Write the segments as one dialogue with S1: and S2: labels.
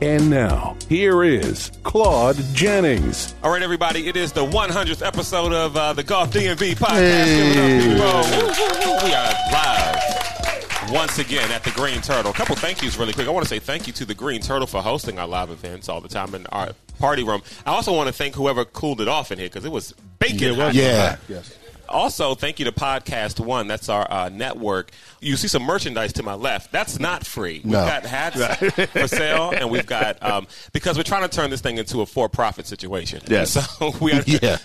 S1: And now, here is Claude Jennings.
S2: All right, everybody, it is the 100th episode of uh, the Golf DMV podcast. Give it up, people. Woo, woo, woo. We are live once again at the Green Turtle. A couple thank yous really quick. I want to say thank you to the Green Turtle for hosting our live events all the time in our party room. I also want to thank whoever cooled it off in here because it was baking. hot.
S3: Yeah.
S2: Also, thank you to Podcast One. That's our uh, network. You see some merchandise to my left. That's not free. We've
S3: No.
S2: got hats for sale, and we've got um, because we're trying to turn this thing into a for-profit situation.
S3: Yes.
S2: So we are.
S3: Yeah.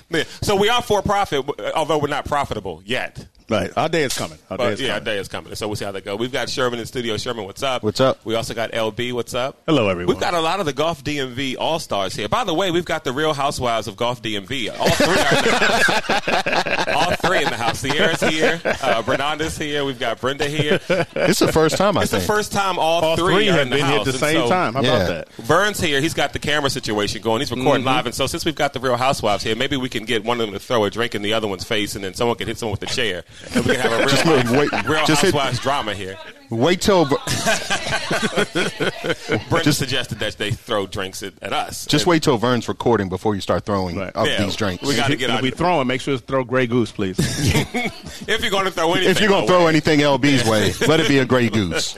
S2: So we are for-profit, although we're not profitable yet.
S3: Right. Our day is coming. Our day
S2: But
S3: is
S2: yeah, our
S3: coming.
S2: day is coming. So we'll see how that goes. We've got Sherman in studio. Sherman, what's up?
S3: What's up?
S2: We also got LB. What's up?
S3: Hello, everyone.
S2: We've got a lot of the Golf DMV All Stars here. By the way, we've got the Real Housewives of Golf DMV. All three are in the house. All three in the house. Sierra's here. Uh, Bernanda's here. We've got Brenda here.
S4: It's the first time I
S2: It's the
S4: think.
S2: first time all,
S3: All
S2: three,
S3: three
S2: are
S3: have
S2: in the
S3: been here
S2: house.
S3: at the
S2: And
S3: same
S2: so-
S3: time. How
S4: Yeah.
S3: about that?
S2: Vern's here. He's got the camera situation going. He's recording live. And so, since we've got the Real Housewives here, maybe we can get one of them to throw a drink in the other one's face, and then someone can hit someone with a chair. And we can have a real,
S4: move, wait,
S2: real
S4: just hit-
S2: Housewives drama here.
S4: Wait till Ver-
S2: Brenda suggested that they throw drinks at, at us.
S4: just
S2: And-
S4: wait till Vern's recording before you start throwing
S3: Right.
S4: up
S2: Yeah,
S4: these drinks.
S2: we got- Gotta get
S3: If
S2: out
S3: we
S2: of
S3: throw it, make sure to throw Grey Goose, please.
S2: If you're going to throw anything,
S4: if you're gonna
S2: away.
S4: throw anything LB's way, let it be a Grey Goose.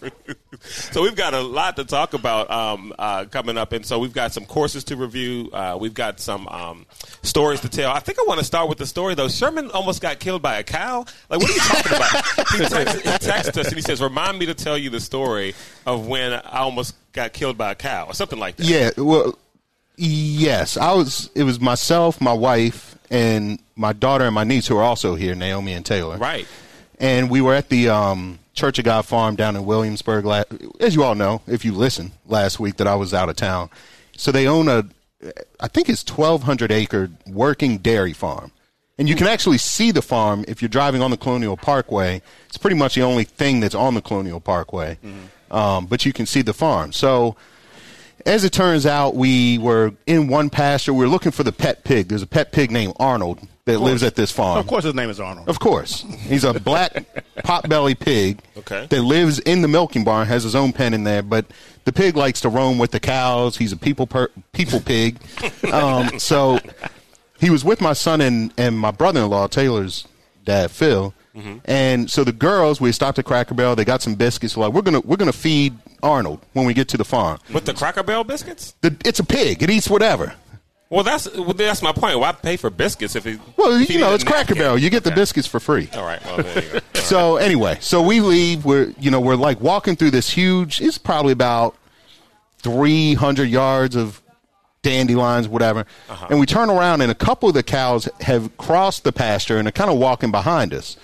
S2: so we've got a lot to talk about um, uh, coming up, and so we've got some courses to review. Uh, we've got some um, stories to tell. I think I want to start with the story though. Sherman almost got killed by a cow. Like, what are you talking about? he texted text us and he says, "Remind me to tell you the story of when I almost got killed by a cow, or something like that."
S4: Yeah. Well, yes. I was. It was myself, my wife, and my daughter and my niece who are also here, Naomi and Taylor.
S2: Right.
S4: And we were at the um, Church of God Farm down in Williamsburg. la as you all know, if you listen last week, that I was out of town. So they own a, I think it's twelve hundred acre working dairy farm. And you can actually see the farm if you're driving on the Colonial Parkway. It's pretty much the only thing that's on the Colonial Parkway.
S2: Mm-hmm.
S4: Um, but you can see the farm. So as it turns out, we were in one pasture. We were looking for the pet pig. There's a pet pig named Arnold that lives at this farm.
S3: of course, his name is Arnold.
S4: Of course. He's a black potbelly pig
S2: Okay.
S4: that lives in the milking barn, has his own pen in there, but the pig likes to roam with the cows. He's a people per- people pig. um, so he was with my son and, and my brother in law, Taylor's dad, Phil.
S3: Mm-hmm.
S4: And so the girls, we stopped at Cracker Barrel. They got some biscuits. Like we're gonna we're gonna feed Arnold when we get to the farm.
S2: With the Cracker Barrel biscuits?
S4: The, it's a pig. It eats whatever.
S2: Well, that's well, that's my point. Why pay for biscuits if he?
S4: Well,
S2: if he
S4: you know,
S2: didn't
S4: it's Cracker
S2: napkin?
S4: Barrel. You get the biscuits for free.
S2: All right. Well, there you go. All right.
S4: So anyway, so we leave. We're you know we're like walking through this huge. It's probably about three hundred yards of dandelions, whatever.
S2: Uh-huh.
S4: And we turn around, and a couple of the cows have crossed the pasture and are kind of walking behind us.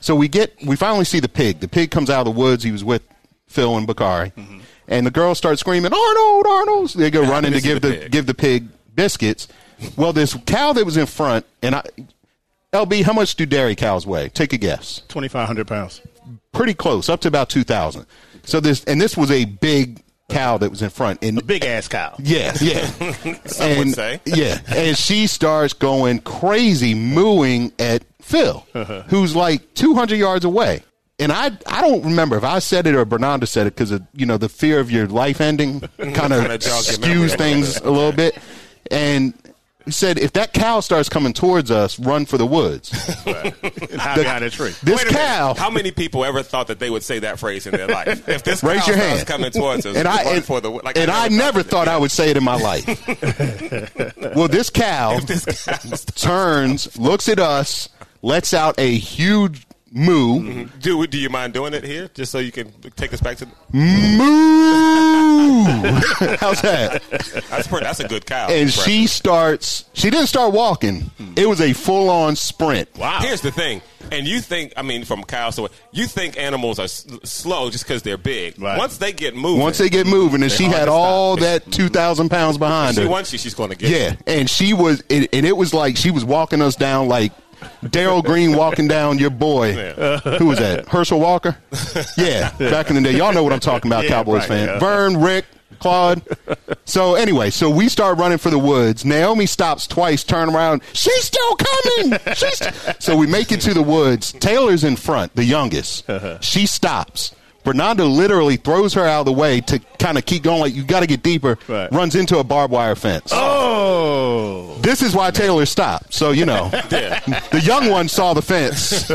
S4: So we get we finally see the pig. The pig comes out of the woods. He was with Phil and Bakari,
S2: Mm-hmm.
S4: and the girls start screaming, "Arnold, Arnold!" So they go running
S2: they
S4: to
S2: see
S4: give
S2: the
S4: the,
S2: pig.
S4: give the pig biscuits. Well, this cow that was in front, and I, LB, how much do dairy cows weigh? Take a guess
S3: Twenty five hundred pounds.
S4: pretty close, up to about two thousand. So this and this was a big cow that was in front, and
S3: Big ass cow.
S4: yeah, yeah,
S2: Some would say.
S4: yeah, and she starts going crazy, mooing at Phil,
S2: Uh-huh.
S4: who's like two hundred yards away. And I, I don't remember if I said it or Bernardo said it because you know the fear of your life ending kind of
S2: Kinda jogs your memory a
S4: skews
S2: little
S4: things a little bit. And he said if that cow starts coming towards us, run for the woods.
S3: And high behind a tree.
S4: This
S2: Wait a minute.
S4: cow,
S2: How many people ever thought that they would say that phrase in their life? If this
S4: Raise
S2: cow
S4: your
S2: starts
S4: hand.
S2: coming towards us,
S4: and I
S2: run
S4: and,
S2: for the like,
S4: and I never thought I would say it in my life. well, this cow
S2: this cow starts-
S4: turns, looks at us, lets out a huge moo,
S2: do. Do you mind doing it here, just so you can take us back to? Mm-hmm.
S4: moo. How's that?
S2: That's pretty, That's a good cow.
S4: And
S2: Brad.
S4: she starts. She didn't start walking.
S2: Hmm.
S4: It was a full-on sprint.
S3: Wow.
S2: Here's the thing, and you think I mean from cows to you think animals are s- slow just because they're big.
S3: Right.
S2: Once they get moving,
S4: Once they get moving, and she
S2: hard
S4: had
S2: to
S4: all
S2: stop.
S4: that two thousand pounds behind
S2: she
S4: her.
S2: wants you, she's going to get.
S4: Yeah, and she was, it, and it was like she was walking us down like Daryl Green walking down your boy. Who was that? Herschel Walker? Yeah, back in the day. Y'all know what I'm talking about,
S3: Yeah,
S4: Cowboys
S3: right,
S4: fan.
S3: yeah.
S4: Vern, Rick, Claude. So anyway, so we start running for the woods. Naomi stops twice, turn around. She's still coming. She's st-" so we make it to the woods. Taylor's in front, the youngest. She stops. Bernanda literally throws her out of the way to kind of keep going. Like you got to get deeper.
S3: Right.
S4: Runs into a barbed wire fence.
S3: Oh.
S4: This is why Taylor stopped. So, you know, the young one saw the fence.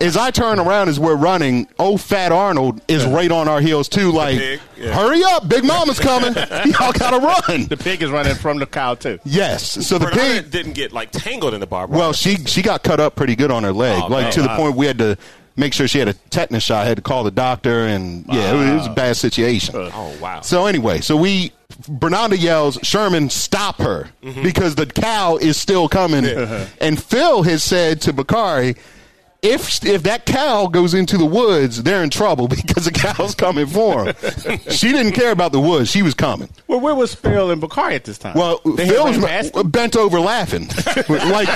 S4: As I turn around as we're running, old fat Arnold is right on our heels, too. Like,
S2: pig, yeah.
S4: hurry up, Big Mama's coming. Y'all gotta run.
S3: The pig is running from the cow, too.
S4: Yes. So the
S2: Bernard
S4: pig,
S2: didn't get like tangled in the Uh, barbed
S4: well,
S2: wire.
S4: she, she got cut up pretty good on her leg,
S2: Oh,
S4: like
S2: man.
S4: to the point we had to make sure she had a tetanus shot, had to call the doctor, and yeah, it was, it was a bad situation.
S2: oh wow.
S4: So anyway, so we Bernanda yells, Sherman, stop her
S2: Mm-hmm.
S4: because the cow is still coming. And Phil has said to Bakari, if if that cow goes into the woods, they're in trouble because the cow's coming for them. she didn't care about the woods; she was coming.
S3: Well, where was Phil and Bakari at this time?
S4: Well,
S3: They had
S4: Phil
S3: ran
S4: was
S3: past
S4: m- bent over laughing, like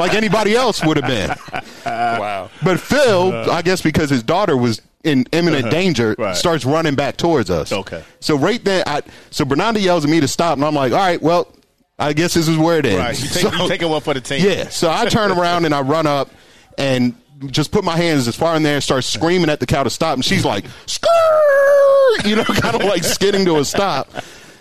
S4: like anybody else would have been.
S2: wow. Oh,
S4: But Phil, I guess because his daughter was in imminent danger,
S3: Uh-huh. Right.
S4: starts running back towards us.
S3: Okay.
S4: So right then, I, so Bernanda yells at me to stop, and I'm like, all right, well, I guess this is where it ends.
S3: Right. You
S4: So-
S3: take, you taking one for the team.
S4: yeah. So I turn around and I run up and just put my hands as far in there and start screaming at the cow to stop. And she's like, "Skrrr!" you know, kind of like skidding to a stop.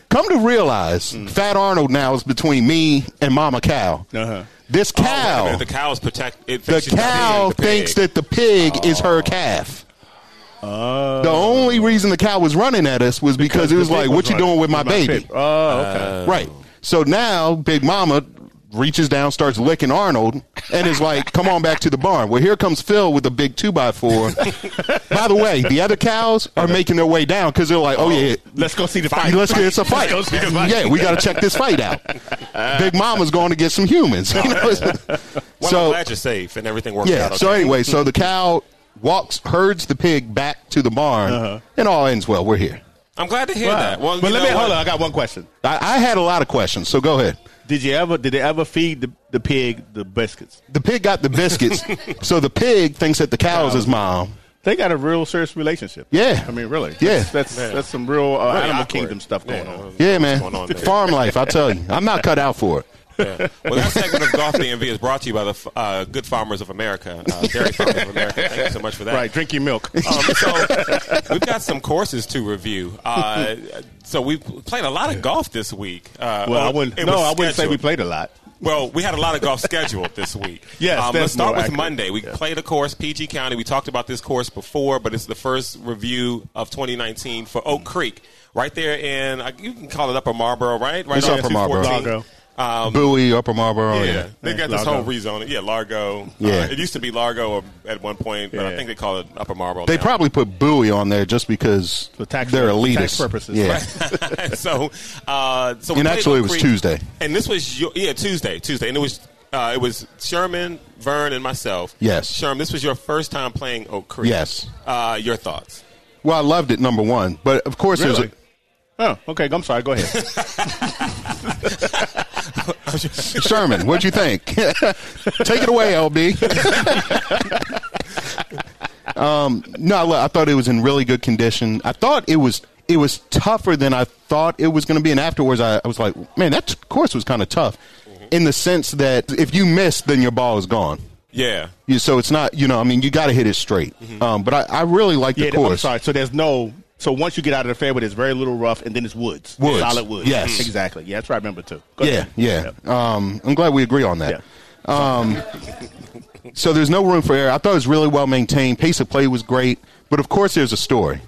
S4: Come to realize, Fat Arnold now is between me and Mama Cow.
S3: Uh-huh.
S4: This
S2: Oh, wait a
S4: cow
S2: minute, the cow's protect. It
S4: the
S2: thinks she's protecting
S4: cow
S2: the pig.
S4: thinks that the pig is her calf. The only reason the cow was running at us was because, it was
S3: The pig
S4: like, "What you
S3: running
S4: doing with my
S3: with
S4: baby?"
S3: pig. Oh, okay.
S4: Right. So now Big Mama reaches down, starts licking Arnold, and is like, "Come on back to the barn." Well, here comes Phil with a big two by four. by the way, the other cows are making their way down because they're like, "Oh yeah,
S3: Let's go see the
S2: Oh.
S3: fight.
S4: Let's get it's a fight.
S3: Let's go see the fight.
S4: Yeah, we got to check this fight out. Big Mama's going to get some humans. You know?
S2: Well,
S4: so
S2: I'm glad you're safe and everything worked out.
S4: yeah.
S2: Okay. Mm-hmm.
S4: So anyway, so the cow walks, herds the pig back to the barn,
S2: Uh-huh.
S4: and all ends well. We're here.
S2: I'm glad to hear
S3: Wow.
S2: that. Well,
S3: but
S2: you
S3: let
S2: know
S3: me
S2: what?
S3: hold on. I got one question.
S4: I, I had a lot of questions, so go ahead.
S3: Did you ever? Did they ever feed the, the pig the biscuits?
S4: The pig got the biscuits, so the pig thinks that the cow is his mom.
S3: They got a real serious relationship.
S4: Yeah.
S3: I mean, really.
S4: Yeah.
S3: That's that's, that's some real uh,
S2: Really
S3: animal
S2: awkward.
S3: kingdom stuff going on.
S4: Yeah,
S2: going on
S4: man.
S2: there?
S4: Farm life, I tell you, I'm not cut out for it.
S2: Yeah. Well, that segment of Golf DMV is brought to you by the f- uh, Good Farmers of America, uh, Dairy Farmers of America. Thank you so much for that.
S3: Right. Drink your milk.
S2: Um, so we've got some courses to review. Uh, so we played a lot of golf this week. Uh,
S3: well, I
S2: oh,
S3: wouldn't.
S2: it
S3: No,
S2: was
S3: I wouldn't say we
S2: scheduled.
S3: played a lot.
S2: Well, we had a lot of golf scheduled this week.
S3: Yes,
S2: um,
S3: that's
S2: let's start
S3: more
S2: with
S3: accurate.
S2: Monday. We played a course, PG County. We talked about this course before, but it's the first review of 2019 for Oak Creek, right there in uh, you can call it Upper Marlboro, right? Right
S4: It's
S2: on
S4: Upper Marlboro.
S2: 214. Um,
S4: Bowie, Upper Marlboro.
S2: Oh, yeah,
S4: Yeah.
S2: they got this
S3: Largo.
S2: whole rezoning. Yeah, Largo.
S4: Yeah.
S2: Uh, it used to be Largo at one point, but I
S3: Yeah.
S2: think they call it Upper Marlboro.
S4: They
S2: now.
S4: probably put Bowie on there just because
S3: For tax-
S4: they're
S3: for
S4: elitist.
S3: tax purposes.
S4: Yeah.
S3: Right.
S2: so, uh, so we
S4: And
S2: played
S4: actually, it
S2: Oak
S4: was
S2: Creek.
S4: Tuesday.
S2: and this was your, yeah Tuesday, Tuesday, and it was uh, it was Sherman, Vern, and myself.
S4: Yes.
S2: Sherman, this was your first time playing Oak Creek.
S4: Yes.
S2: uh, your thoughts?
S4: Well, I loved it, number one. But of course, there's
S3: Really?
S4: a,
S3: Oh, okay. I'm sorry. Go ahead.
S4: Sherman, what'd you think? Take it away, LB. um, no, I lo- I thought it was in really good condition. I thought it was it was tougher than I thought it was going to be, and afterwards I, I was like, man, that t- course was kind of tough,
S3: Mm-hmm.
S4: in the sense that if you miss, then your ball is gone.
S2: Yeah,
S4: You, so it's not, you know, I mean, you got to hit it straight.
S3: Mm-hmm.
S4: Um, but I, I really like the
S3: yeah. I'm
S4: course.
S3: sorry. So there's no. So once you get out of the fairway, there's very little rough, and then it's woods.
S4: Woods.
S3: Solid woods.
S4: Yes.
S3: Exactly. Yeah. That's what I remember too. Go
S4: Yeah,
S3: ahead.
S4: yeah. Um, I'm glad we agree on that.
S3: Yeah.
S4: So there's no room for error. I thought it was really well maintained. Pace of play was great, but of course, there's a story.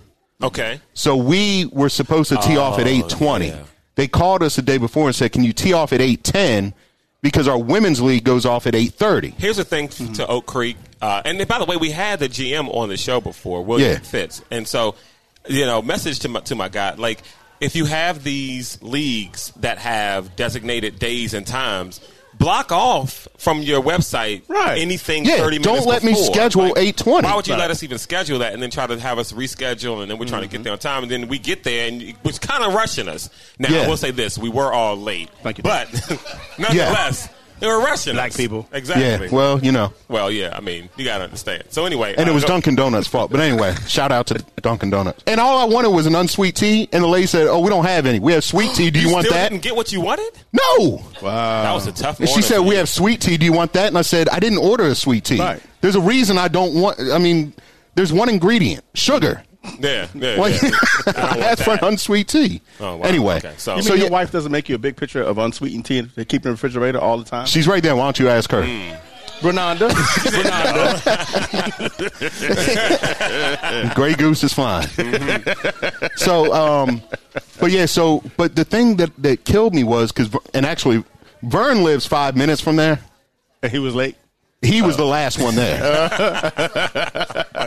S2: okay.
S4: So we were supposed to tee off at 8:20.
S2: Oh, yeah.
S4: They called us the day before and said, "Can you tee off at 8:10 because our women's league goes off at 8:30?"
S2: Here's the thing to Oak Creek, uh, and by the way, we had the GM on the show before, William
S4: Yeah.
S2: Fitz, and so you know, message to my, to my guy, like if you have these leagues that have designated days and times, block off from your website
S3: Right.
S2: anything
S4: Yeah,
S2: 30
S4: don't
S2: minutes
S4: let me
S2: before.
S4: schedule
S2: Like,
S4: 8:20.
S2: Why would you
S4: Right. Mm-hmm.
S2: let us even schedule that and then try to have us reschedule and then we're trying to get there on time and then we get there and it was kind of rushing us. Now,
S4: Yeah.
S2: I will say this, we were all late.
S3: Thank you,
S2: But nonetheless, They were Russians.
S3: Black people.
S2: Exactly.
S4: Yeah. Well, you know.
S2: Well, yeah. I mean, you gotta understand. So anyway,
S4: And
S2: uh,
S4: it was
S2: go-
S4: Dunkin' Donuts' fault. But anyway, shout out to Dunkin' Donuts. And all I wanted was an unsweet tea, and the lady said, "Oh, we don't have any. We have sweet tea. Do you, want
S2: still
S4: that?"
S2: Didn't get what you wanted.
S4: No.
S2: that was a tough.
S4: And she
S2: morning
S4: said,
S2: for
S4: "We
S2: you.
S4: have sweet tea. Do you want that?" And I said, "I didn't order a sweet tea.
S3: Right.
S4: There's a reason I don't want. I mean, there's one ingredient: sugar.
S2: Yeah, yeah.
S4: Like,
S2: yeah. I don't
S4: I
S2: want
S4: asked for an
S2: that.
S4: unsweet tea.
S2: Oh, wow.
S4: Anyway,
S2: Okay, so- You
S4: so,
S3: You mean your
S4: yeah,
S3: wife doesn't make you a big picture of unsweetened tea they keep in the refrigerator all the time?
S4: she's right there. Why don't you ask her?
S2: Mm.
S3: Renanda. Renanda.
S4: Gray Goose is fine.
S2: Mm-hmm.
S4: so, um, but yeah, so, but the thing that, that killed me was because, and actually, Vern lives five minutes from there.
S3: and he was late.
S4: He was the last one there.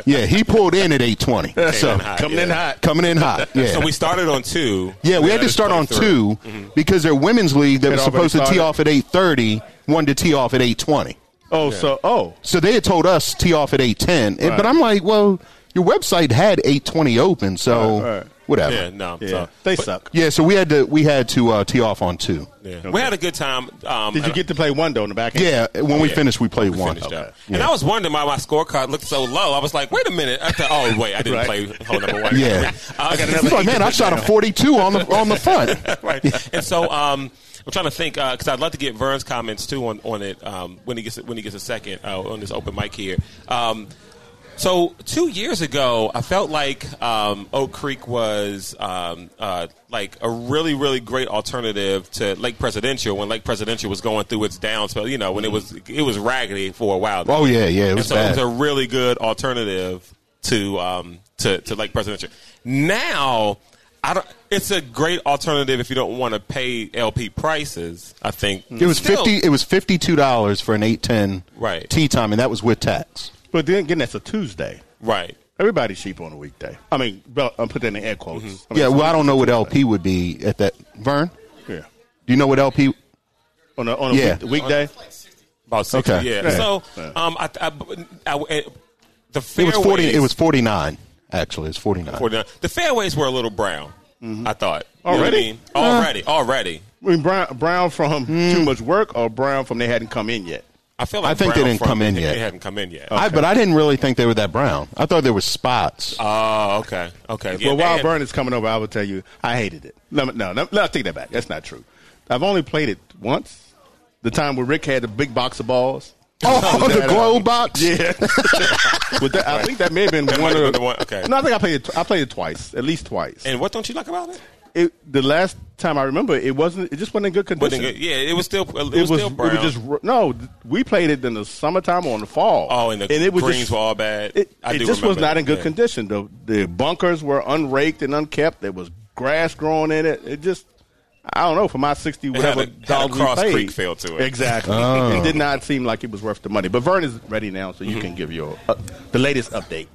S4: yeah, he pulled in at 820. So,
S2: hot,
S3: Coming in hot.
S4: coming in hot. Yeah.
S2: So we started on two.
S4: yeah, we had to start on 2
S2: Mm-hmm.
S4: because their women's league that was
S3: already
S4: supposed to tee
S3: started.
S4: off at 830 wanted to tee off at 820.
S3: Oh, so oh,
S4: So they had told us tee off at 810. And- But
S3: Right.
S4: I'm like, well, your website had 820 open, so
S3: Right, right.
S4: whatever.
S2: Yeah, no.
S3: yeah,
S2: So,
S3: they
S2: but-
S3: suck.
S4: Yeah, so we had to we had to uh, tee off on two.
S2: yeah. We had a good time. Um,
S3: Did you
S2: and-
S3: get to play one though in the back? End?
S4: Yeah, when we
S2: yeah.
S4: finished, we played one.
S2: finished up.
S4: Yeah.
S2: And I was wondering why my scorecard looked so low. I was like, wait a minute. I thought, oh, wait, I didn't
S3: Right.
S2: play hole number one.
S4: Yeah.
S2: I got
S4: It's
S2: another
S4: like, man, I shot a 42 on the on the front.
S2: right. And so um, I'm trying to think because I'd love to get Vern's comments too on on it um, when he gets when he gets a second uh, on this open mic here. Um, so two years ago, I felt like um, Oak Creek was um, uh, like a really, really great alternative to Lake Presidential when Lake Presidential was going through its down spell. You know, when it was it was raggedy for a while.
S4: Oh yeah, yeah, it was
S2: and so
S4: bad.
S2: it was a really good alternative to um, to, to Lake Presidential. Now, I don't. It's a great alternative if you don't want to pay LP prices. I think
S4: it was
S2: Still-
S4: fifty. It was fifty two dollars for an eight ten
S2: Right.
S4: tee time, and that was with tax.
S3: But then again, that's a Tuesday.
S2: right?
S3: Everybody's cheap on a weekday. I mean, well, I'm putting that in air quotes.
S2: Mm-hmm.
S3: I mean,
S4: Yeah, well, I don't know what LP would be at that. Vern,
S3: yeah.
S4: do you know what LP?
S3: On a on a
S4: Yeah.
S3: week, weekday.
S2: About sixty.
S4: Okay.
S2: Yeah.
S4: Yeah.
S2: So,
S3: Yeah.
S2: um, I, I, I, I- the
S4: It was
S2: fairways,
S4: forty. It was forty nine. Actually, it's forty Mm-hmm. nine.
S2: 49 The fairways were a little brown. I thought You know what I
S3: Already?
S2: mean? already,
S4: Uh.
S2: already.
S3: I mean, brown, brown from
S4: Mm.
S3: too much work or brown from they hadn't come in yet.
S2: I feel like
S4: I think they
S2: brown
S4: didn't
S2: from-
S4: come in yet. Uh.
S2: They hadn't come in yet.
S4: I, but I didn't really think they were that brown. I thought there were spots.
S2: Oh, okay, okay. Yeah,
S3: well,
S2: they
S3: while
S2: had-
S3: Burn is coming over, I will tell you, I hated it. No, no, no, no, I take that back. That's not true. I've only played it once. The time where Rick had the big box of balls.
S4: oh,
S3: With
S4: the
S3: that,
S4: glow
S3: uh,
S4: box.
S3: Yeah. With that, I think that may have been
S2: might
S3: one
S2: have been
S3: of
S2: the one- okay.
S3: No, I think I played it. I played it twice, at least twice.
S2: And what don't you like about it?
S3: it, the last time I remember, it wasn't. It just wasn't in good
S2: Wasn't
S3: condition.
S2: good. Yeah, it was still it, was,
S3: It was,
S2: still
S3: it
S2: brown.
S3: was just r- no. th- We played it in the summertime or in the fall.
S2: Oh, and the greens were all bad.
S3: It,
S2: I
S3: it
S2: do
S3: just was
S2: remember
S3: not
S2: that,
S3: in good
S2: yeah.
S3: condition. The the bunkers were unraked and unkept. There was grass growing in it. It just I don't know. For my sixty
S2: had
S3: whatever
S2: a- had a
S3: dollars we
S2: Cross
S3: paid,
S2: Creek feel to it.
S3: Exactly.
S5: Oh.
S3: It did not seem like it was worth the money. But Vern is ready now, so you
S2: Mm-hmm.
S3: can give your uh, the latest update.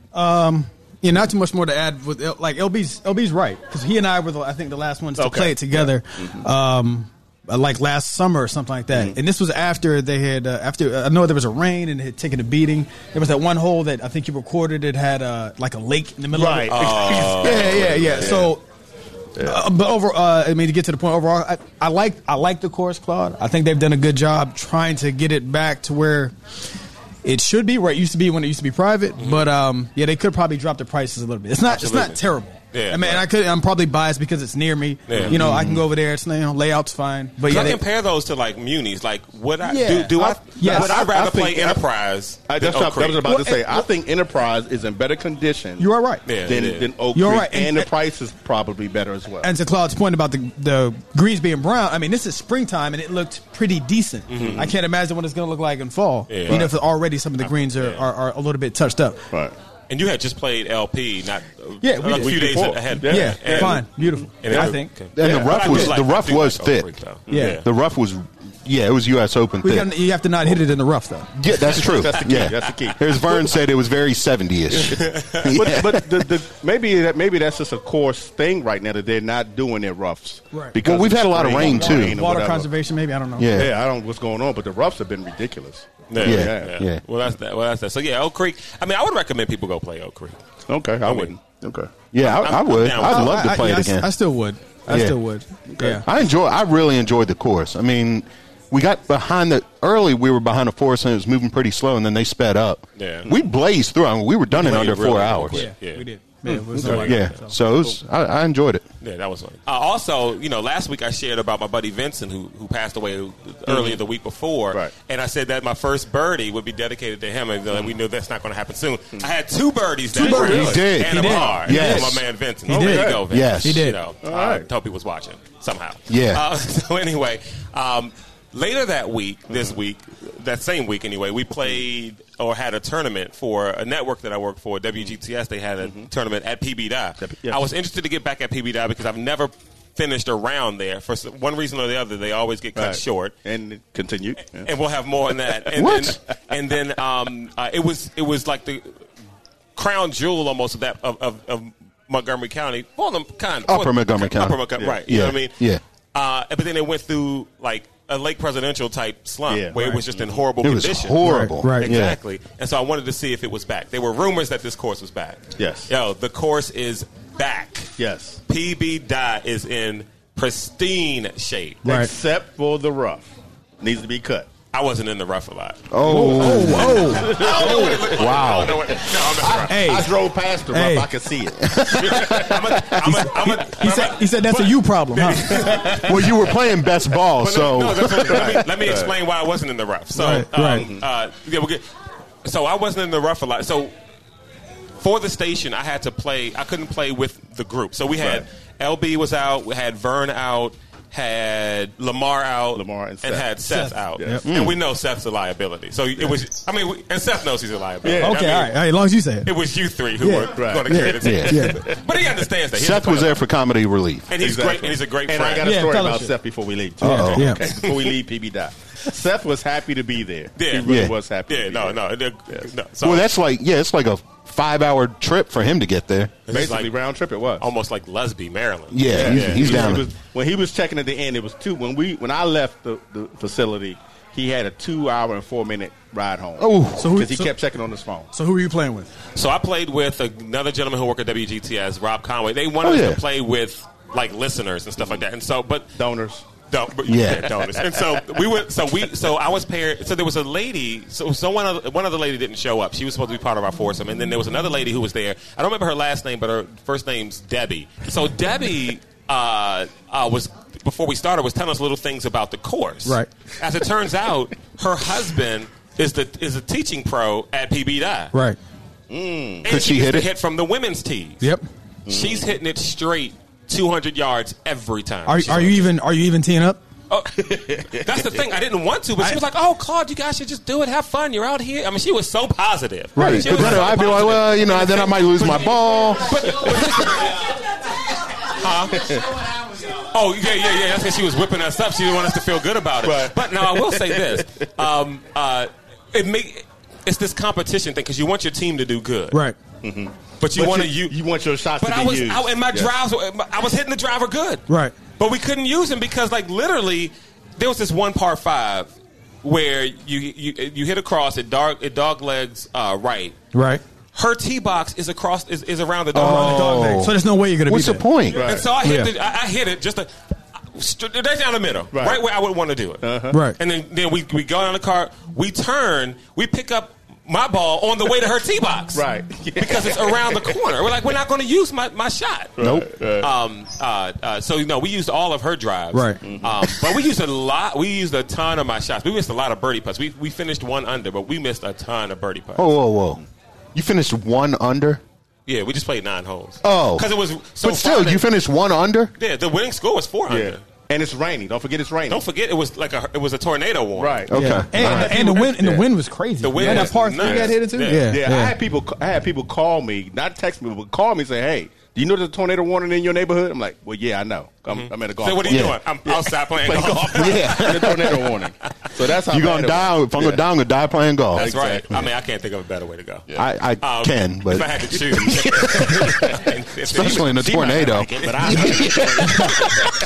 S5: Yeah, not too much more to add. With L- like LB's, LB's right because he and I were, the, I think, the last ones to
S3: Okay. Mm-hmm.
S5: play it together, um, uh, like last summer or something like that. And this was after they had, uh, after I know there was a rain and it had taken a beating. There was that one hole that I think you recorded. It had uh, like a lake in the middle.
S3: Right.
S5: Of
S2: Uh,
S5: it. yeah, yeah, yeah. So. Uh, but over, uh, I mean, to get to the point overall, I, I like I like the course, Claude. I think they've done a good job trying to get it back to where it should be where it used to be when it used to be private. But um, yeah, they could probably drop the prices a little bit. It's not it's
S2: Mm-hmm. Absolutely.
S5: not terrible.
S2: Yeah,
S5: I mean,
S2: right.
S5: I could. I'm probably biased because it's near me.
S2: Yeah. Mm-hmm.
S5: You know, I can go over there. It's you know, layout's fine. But
S2: Can
S5: yeah,
S2: I
S5: they-
S2: compare those to like munis? Like, would I
S5: Yeah.
S2: do? Do I?
S5: I- yes.
S2: Would I rather
S3: I think-
S2: play Enterprise?
S3: I,
S2: than
S3: that's what
S2: Oak
S3: I I was
S2: Creek?
S3: about to
S5: Well,
S3: say.
S5: it-
S3: I think Enterprise is in better condition.
S5: You are right.
S2: Yeah,
S3: than,
S2: it is.
S3: than Oak
S5: You're
S3: Creek,
S5: right.
S3: and,
S5: And-
S3: the price is probably better as well.
S5: and to Claude's point about the the greens being brown, I mean, this is springtime and it looked pretty decent. I can't imagine what it's going to look like in fall.
S2: Mm-hmm. Yeah.
S5: You know, if already some of the greens are, are, are a little bit touched up.
S3: right.
S2: And you had just played LP, not
S5: Yeah, we
S2: a few
S5: did. We
S2: days
S3: before.
S2: ahead.
S3: Yeah.
S5: Yeah,
S2: And-
S5: fine, beautiful.
S2: and
S5: I
S2: it-
S5: think.
S2: okay.
S4: And the rough
S2: But I do
S4: was- the
S2: I
S4: rough
S2: do
S4: was
S2: Oak Creek,
S4: thick.
S2: though.
S5: Yeah.
S4: The rough was, yeah, it was U.S. Open
S5: We
S4: thick.
S5: gotta, you have to not hit it in the rough, though.
S4: yeah, that's true.
S3: That's the key.
S4: Yeah,
S3: That's the key.
S4: As Vern said, it was very seventy-ish.
S3: But, but the, the, maybe that maybe that's just a course thing right now that they're not doing their roughs.
S5: Right.
S4: Well, we've
S3: of
S4: had a lot of
S3: spring,
S4: rain, too.
S3: or
S5: Water
S3: whatever.
S5: conservation, maybe I don't know.
S4: Yeah.
S3: Yeah, I don't know what's going on, but the roughs have been ridiculous.
S2: Yeah.
S4: Yeah.
S2: Yeah.
S4: Yeah.
S2: Well, that's that. Well, that's that. So yeah, Oak Creek. I mean, I would recommend people go play Oak Creek.
S3: Okay, I, wouldn't. Okay.
S4: Yeah,
S2: I'm-
S4: I, I
S2: I'm
S4: would.
S2: down.
S4: I'd
S2: Oh,
S4: love to
S5: I-
S4: play
S5: yeah, I
S4: it
S5: s-
S4: again.
S5: I, still would. I
S4: Yeah.
S5: still would. Yeah.
S4: I enjoy. I really enjoyed the course. I mean, we got behind the early. We were behind the forest and it was moving pretty slow, and then they sped up.
S2: Yeah.
S4: we blazed through. I mean, we were done in
S2: Played
S4: under
S2: really
S4: four
S2: real
S4: hours.
S2: quick.
S4: Yeah,
S5: Yeah,
S2: Yeah.
S5: we did. Yeah, it was like that, so.
S4: so it was, I, I enjoyed it.
S2: Yeah, that was funny. Uh, also, you know, last week I shared about my buddy Vincent who who passed away earlier the week before,
S3: Right.
S2: and I said that my first birdie would be dedicated to him, and uh, we knew that's not going to happen soon. I had two birdies that
S4: birdies.
S2: week
S4: He did.
S2: and
S5: He
S2: a
S5: did.
S2: bar.
S4: Yes.
S2: for my man Vincent.
S5: He
S2: oh,
S5: did.
S2: There you go, Vince.
S4: Yes. He
S5: did.
S2: You know,
S3: All
S2: I
S3: right.
S2: hope he was watching somehow.
S4: Yeah.
S2: Uh, so anyway, um, later that week, this week, that same week anyway, we played or had a tournament for a network that I work for, WGTS. They had a tournament at PB Dive.
S3: Yes.
S2: I was interested to get back at PB Dive because I've never finished around there for s- one reason or the other. They always get cut
S3: Right.
S2: short
S3: And it continued. Yeah.
S2: and we'll have more on that. And
S4: What?
S2: Then, and then um, uh, it was it was like the crown jewel almost of that of, of, of Montgomery County. Well, them kind
S4: Upper Montgomery County.
S2: Upper Montgomery, right? You know
S4: Yeah.
S2: what I mean?
S4: Yeah.
S2: Uh, but then it went through like a Lake Presidential type slump
S3: Yeah.
S2: where it was just in horrible
S4: It was
S2: condition.
S4: horrible.
S5: Right, right.
S4: Yeah.
S2: Exactly. And so I wanted to see if it was back. There were rumors that this course was back.
S3: Yes.
S2: Yo, the course is back.
S3: Yes.
S2: PB Dot is in pristine shape.
S5: Right.
S3: Except for the rough. Needs to be cut.
S2: I wasn't in the rough a lot.
S4: Oh,
S5: Oh,
S2: I don't know what it looked like.
S4: Wow.
S2: I don't know what- No, I'm not
S5: oh,
S2: right.
S5: hey.
S3: I drove past the rough.
S5: Hey.
S3: I could see it.
S2: I'm a- I'm a- I'm a-
S5: He said, he said that's a you problem, huh?
S4: well, you were playing best ball, so
S2: No, that's what- let, me, let me explain why I wasn't in the rough. So,
S5: Right,
S2: um,
S5: right.
S2: Uh, yeah, we'll get, so I wasn't in the rough a lot. So for the station, I had to play. I couldn't play with the group. So we had LB was out. We had Vern out. Had Lamar out.
S3: Lamar and Seth.
S2: had Seth,
S5: Seth.
S2: out.
S3: Yes.
S2: And we know Seth's a liability. So it was. I mean, we, and Seth knows he's a liability.
S3: Yeah.
S2: I
S5: Okay,
S2: mean,
S5: all right. all right, As long as you say it.
S2: It was you three who
S5: Yeah.
S2: were
S3: Right.
S2: going to carry the team.
S4: Yeah.
S5: Yeah.
S2: But he understands that. He
S4: Seth
S2: doesn't
S4: was
S2: play
S4: there
S2: that.
S4: for comedy relief.
S2: and he's
S3: Exactly.
S2: great, and he's a great
S3: And
S2: friend.
S3: I got a
S5: Yeah,
S3: story
S5: tell us
S3: about
S5: it.
S3: Seth before we leave. Too.
S4: Oh,
S5: Uh-oh. Yeah.
S3: Okay. Before we leave, PB die. Seth was happy to be there.
S2: Yeah.
S3: He really
S4: Yeah.
S3: was happy.
S2: yeah,
S3: to be
S2: no,
S3: there.
S2: no, they're- no. So
S4: Well, that's like yeah, it's like a five-hour trip for him to get there.
S2: it's
S3: Basically,
S2: like-
S3: round trip it was.
S2: almost like Lesby, Maryland.
S4: Yeah, he's, he's
S3: He was-
S4: down.
S3: he was- when he was checking at the end, it was two. When we when I left the, the facility, he had a two hour and four minute ride home.
S4: Oh.
S5: So who-
S3: because he
S5: so-
S3: kept checking on his phone.
S5: So who are you playing with?
S2: So I played with another gentleman who worked at WGTS, Rob Conway. They wanted
S4: Oh,
S2: us
S4: yeah.
S2: to play with like listeners and stuff like that. And so, but
S3: Donors.
S2: No, but
S4: Yeah.
S2: yeah, donors. And so we went. So we. So I was paired. So there was a lady. So so one other, one other lady didn't show up. She was supposed to be part of our foursome. And then there was another lady who was there. I don't remember her last name, but her first name's Debbie. So Debbie uh, uh, was before we started was telling us little things about the course.
S5: Right.
S2: As it turns out, her husband is the is a teaching pro at PB Dye.
S5: Right.
S2: And
S4: Could she
S2: gets
S4: hit
S2: the
S4: it?
S2: Hit from the women's tees.
S5: Yep.
S2: She's hitting it straight. 200 yards every time.
S5: Are,
S2: She's
S5: are
S2: on
S5: you even are you even teeing up?
S2: Oh, that's the thing. I didn't want to, but she was like, "Oh, Claude, you guys should just do it. Have fun. You're out here." I mean, she was so positive.
S4: Right.
S2: She
S4: But
S2: was
S4: then
S2: so
S4: I'd be like,
S2: positive.
S4: well, you know, then I might lose my ball.
S2: Oh yeah, yeah, yeah. That's because she was whipping us up. She didn't want us to feel good about it.
S3: Right.
S2: But now I will say this: um, uh, it make it's this competition thing because you want your team to do good,
S5: Right.
S2: But you
S3: But
S2: want to
S3: you,
S2: you.
S3: you want your shots
S2: but
S3: to
S2: I
S3: be
S2: was
S3: used.
S2: out and my
S3: Yeah.
S2: drives. were- I was hitting the driver good,
S5: Right.
S2: But we couldn't use him because, like, literally, there was this one par five where you you, you hit across it dog it dog legs uh, right.
S5: Right.
S2: Her tee box is across is, is around the dog.
S4: Oh.
S5: So there's no way you're gonna
S4: What's
S5: be
S4: the
S5: there.
S3: Oh,
S4: point?
S2: And so I hit
S5: Yeah.
S2: the, I, I hit it just a, straight down the middle,
S3: Right. Uh-huh.
S2: right, where I would want to do it.
S5: Right.
S2: And then, then we, we go down the cart, we turn, we pick up my ball on the way to her tee box.
S3: Right.
S2: Because it's around the corner. We're like, we're not going to use my, my shot.
S4: Nope.
S2: Um, uh, uh, so, you know, we used all of her drives.
S5: Right.
S2: Um, but we used a lot, we used a ton of my shots. We missed a lot of birdie putts. We, we finished one under, but we missed a ton of birdie putts.
S4: Whoa, Oh, whoa, whoa! You finished one under.
S2: Yeah, we just played nine holes.
S4: Oh.
S2: Because it was so
S4: but still,
S2: Friday-
S4: you finished one under.
S2: Yeah, the winning score was 400.
S3: Yeah. And it's raining. Don't forget it's raining.
S2: Don't forget, it was like a it was a tornado warning.
S3: Right.
S4: Okay.
S5: Yeah. And,
S4: All right.
S5: and the wind and the wind was crazy.
S2: The wind
S5: and
S2: was
S5: that part three
S2: nuts.
S5: got hit it too.
S2: Yeah.
S5: Yeah.
S3: Yeah, I had people. I had people call me, not text me, but call me and say, "Hey, do you know there's a tornado warning in your neighborhood?" I'm like, "Well, yeah, I know. I'm, I'm at a golf.
S2: So Mm-hmm. what are you
S4: Yeah.
S2: doing? I'm outside playing
S3: Play
S2: golf.
S3: golf. Yeah, the tornado warning. So that's how
S4: You're
S3: bad
S4: gonna
S3: it
S4: die.
S3: was.
S4: If I'm gonna die, I'm gonna die playing golf.
S2: That's
S3: Exactly.
S2: right. I mean, I can't think of a better way to go.
S4: I, I
S2: Um,
S4: can, but
S2: if I had to choose,
S4: especially in a tornado.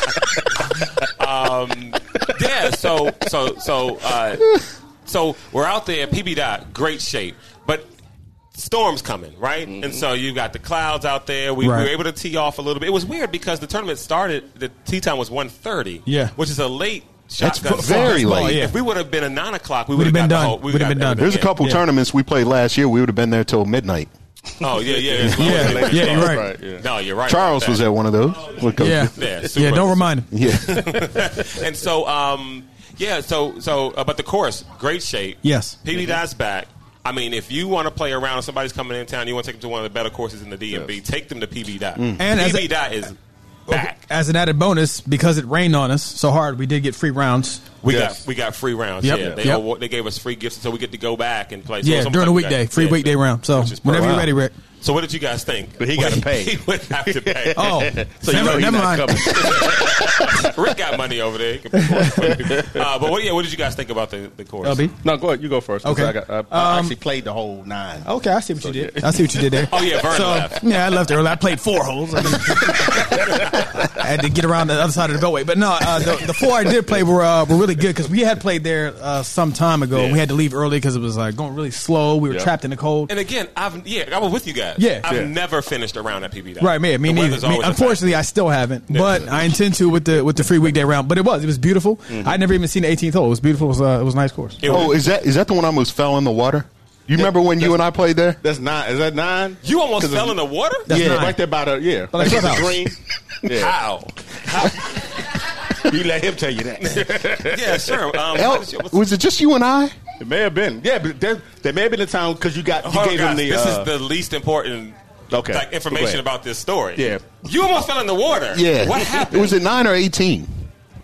S2: Um, yeah. So so so uh, so we're out there. PB dot great shape, but storms coming right, and so you got the clouds out there. We, we
S5: Mm-hmm. Right.
S2: were able to tee off a little bit. It was weird because the tournament started. The tee time was 1.30,
S5: Yeah.
S2: which is a late
S4: That's
S2: shotgun.
S4: very
S2: ball.
S4: late.
S2: If we would have been at nine o'clock, we would have got
S5: Would've been
S2: the
S5: done.
S2: whole- we
S5: Would've
S2: got
S5: been
S2: that.
S5: done.
S4: There's a couple
S2: Yeah.
S4: tournaments we played last year. We would have been there till midnight.
S2: Oh yeah, yeah, yeah.
S5: Yeah, yeah, you're right.
S3: Right, yeah.
S2: No, you're right.
S4: Charles
S2: about
S4: was
S2: that. Oh,
S4: at one of those. Look up.
S5: Yeah,
S2: Yeah, super.
S5: yeah. Don't remind him.
S4: Yeah.
S2: And so, um, yeah, so so, uh, but the course, great shape.
S5: Yes. Mm-hmm.
S2: PD Dot's back. I mean, if you want to play around, if somebody's coming in town, you want to take them to one of the better courses in the DMV. Take them to PB Dot.
S5: Mm. And as
S2: PB
S5: a-
S2: Dot is back.
S5: As an added bonus, because it rained on us so hard, we did get free rounds.
S2: We
S3: Yes.
S2: got we got free rounds.
S5: Yep.
S2: Yeah, they
S5: Yep.
S2: award- they gave us free gifts, so we get to go back and play. So
S5: Yeah,
S2: it's almost
S5: during a
S2: like we got-
S5: weekday, free
S2: yeah,
S5: weekday round. So
S2: which is
S5: whenever
S2: perfect.
S5: you're ready, Rick.
S2: So what did you guys think?
S3: But he gotta pay.
S2: he would have to pay.
S5: Oh,
S3: So
S5: never,
S3: you know
S5: never
S3: he's not
S5: mind.
S3: coming.
S2: Rick got money over there. He can afford it. uh, but what, yeah, what did you guys think about the, the course?
S5: LB.
S3: No, go ahead. You go first. 'cause
S5: Okay.
S3: I, got, I, I
S5: Um,
S3: actually played the whole nine.
S5: Okay, I see what you did. I see what you did there.
S2: Oh, yeah, Vern
S5: so,
S2: left.
S5: Yeah, I left early. I played four holes. I, mean, I had to get around the other side of the beltway. But no, uh, the, the four I did play were uh, were really good because we had played there uh, some time ago.
S2: Yeah.
S5: We had to leave early because it was like going really slow. We were
S3: Yeah.
S5: trapped in the cold.
S2: And again, I've yeah, I was with you guys.
S5: Yeah.
S2: I've
S5: Yeah.
S2: never finished around at PB.
S5: Right, man. Me
S2: The
S5: neither.
S2: weather's
S5: Me-
S2: always a
S5: unfortunately, I
S2: factor.
S5: still haven't,
S2: Yeah.
S5: but I intend to with the with the free weekday round. But it was it was beautiful.
S2: Mm-hmm.
S5: I never even seen the 18th hole. It was beautiful. It was, uh, it was a nice course.
S2: It
S4: oh,
S2: was-
S4: is that is that the one I almost fell in the water? You remember when you and I played there?
S3: That's nine. Is that nine?
S2: you almost
S3: 'Cause
S2: fell in
S3: it's-
S2: the water.
S5: That's
S3: yeah,
S5: nine.
S3: right there by the yeah,
S5: By the
S3: Like
S5: clubhouse.
S3: green. Yeah,
S2: How? Ah.
S3: you let him tell you that.
S2: Yeah, sure. Um,
S4: El- was it just you and I?
S3: it may have been. Yeah, but there, there may have been a time because you got you
S2: Hold on,
S3: gave him
S2: guys,
S3: the.
S2: this
S3: uh,
S2: is the least important
S3: Okay.
S2: like,
S3: Go
S2: information
S3: ahead.
S2: about this story.
S3: Yeah.
S2: You almost fell in the water.
S4: Yeah.
S2: What happened?
S4: It was at nine or eighteen.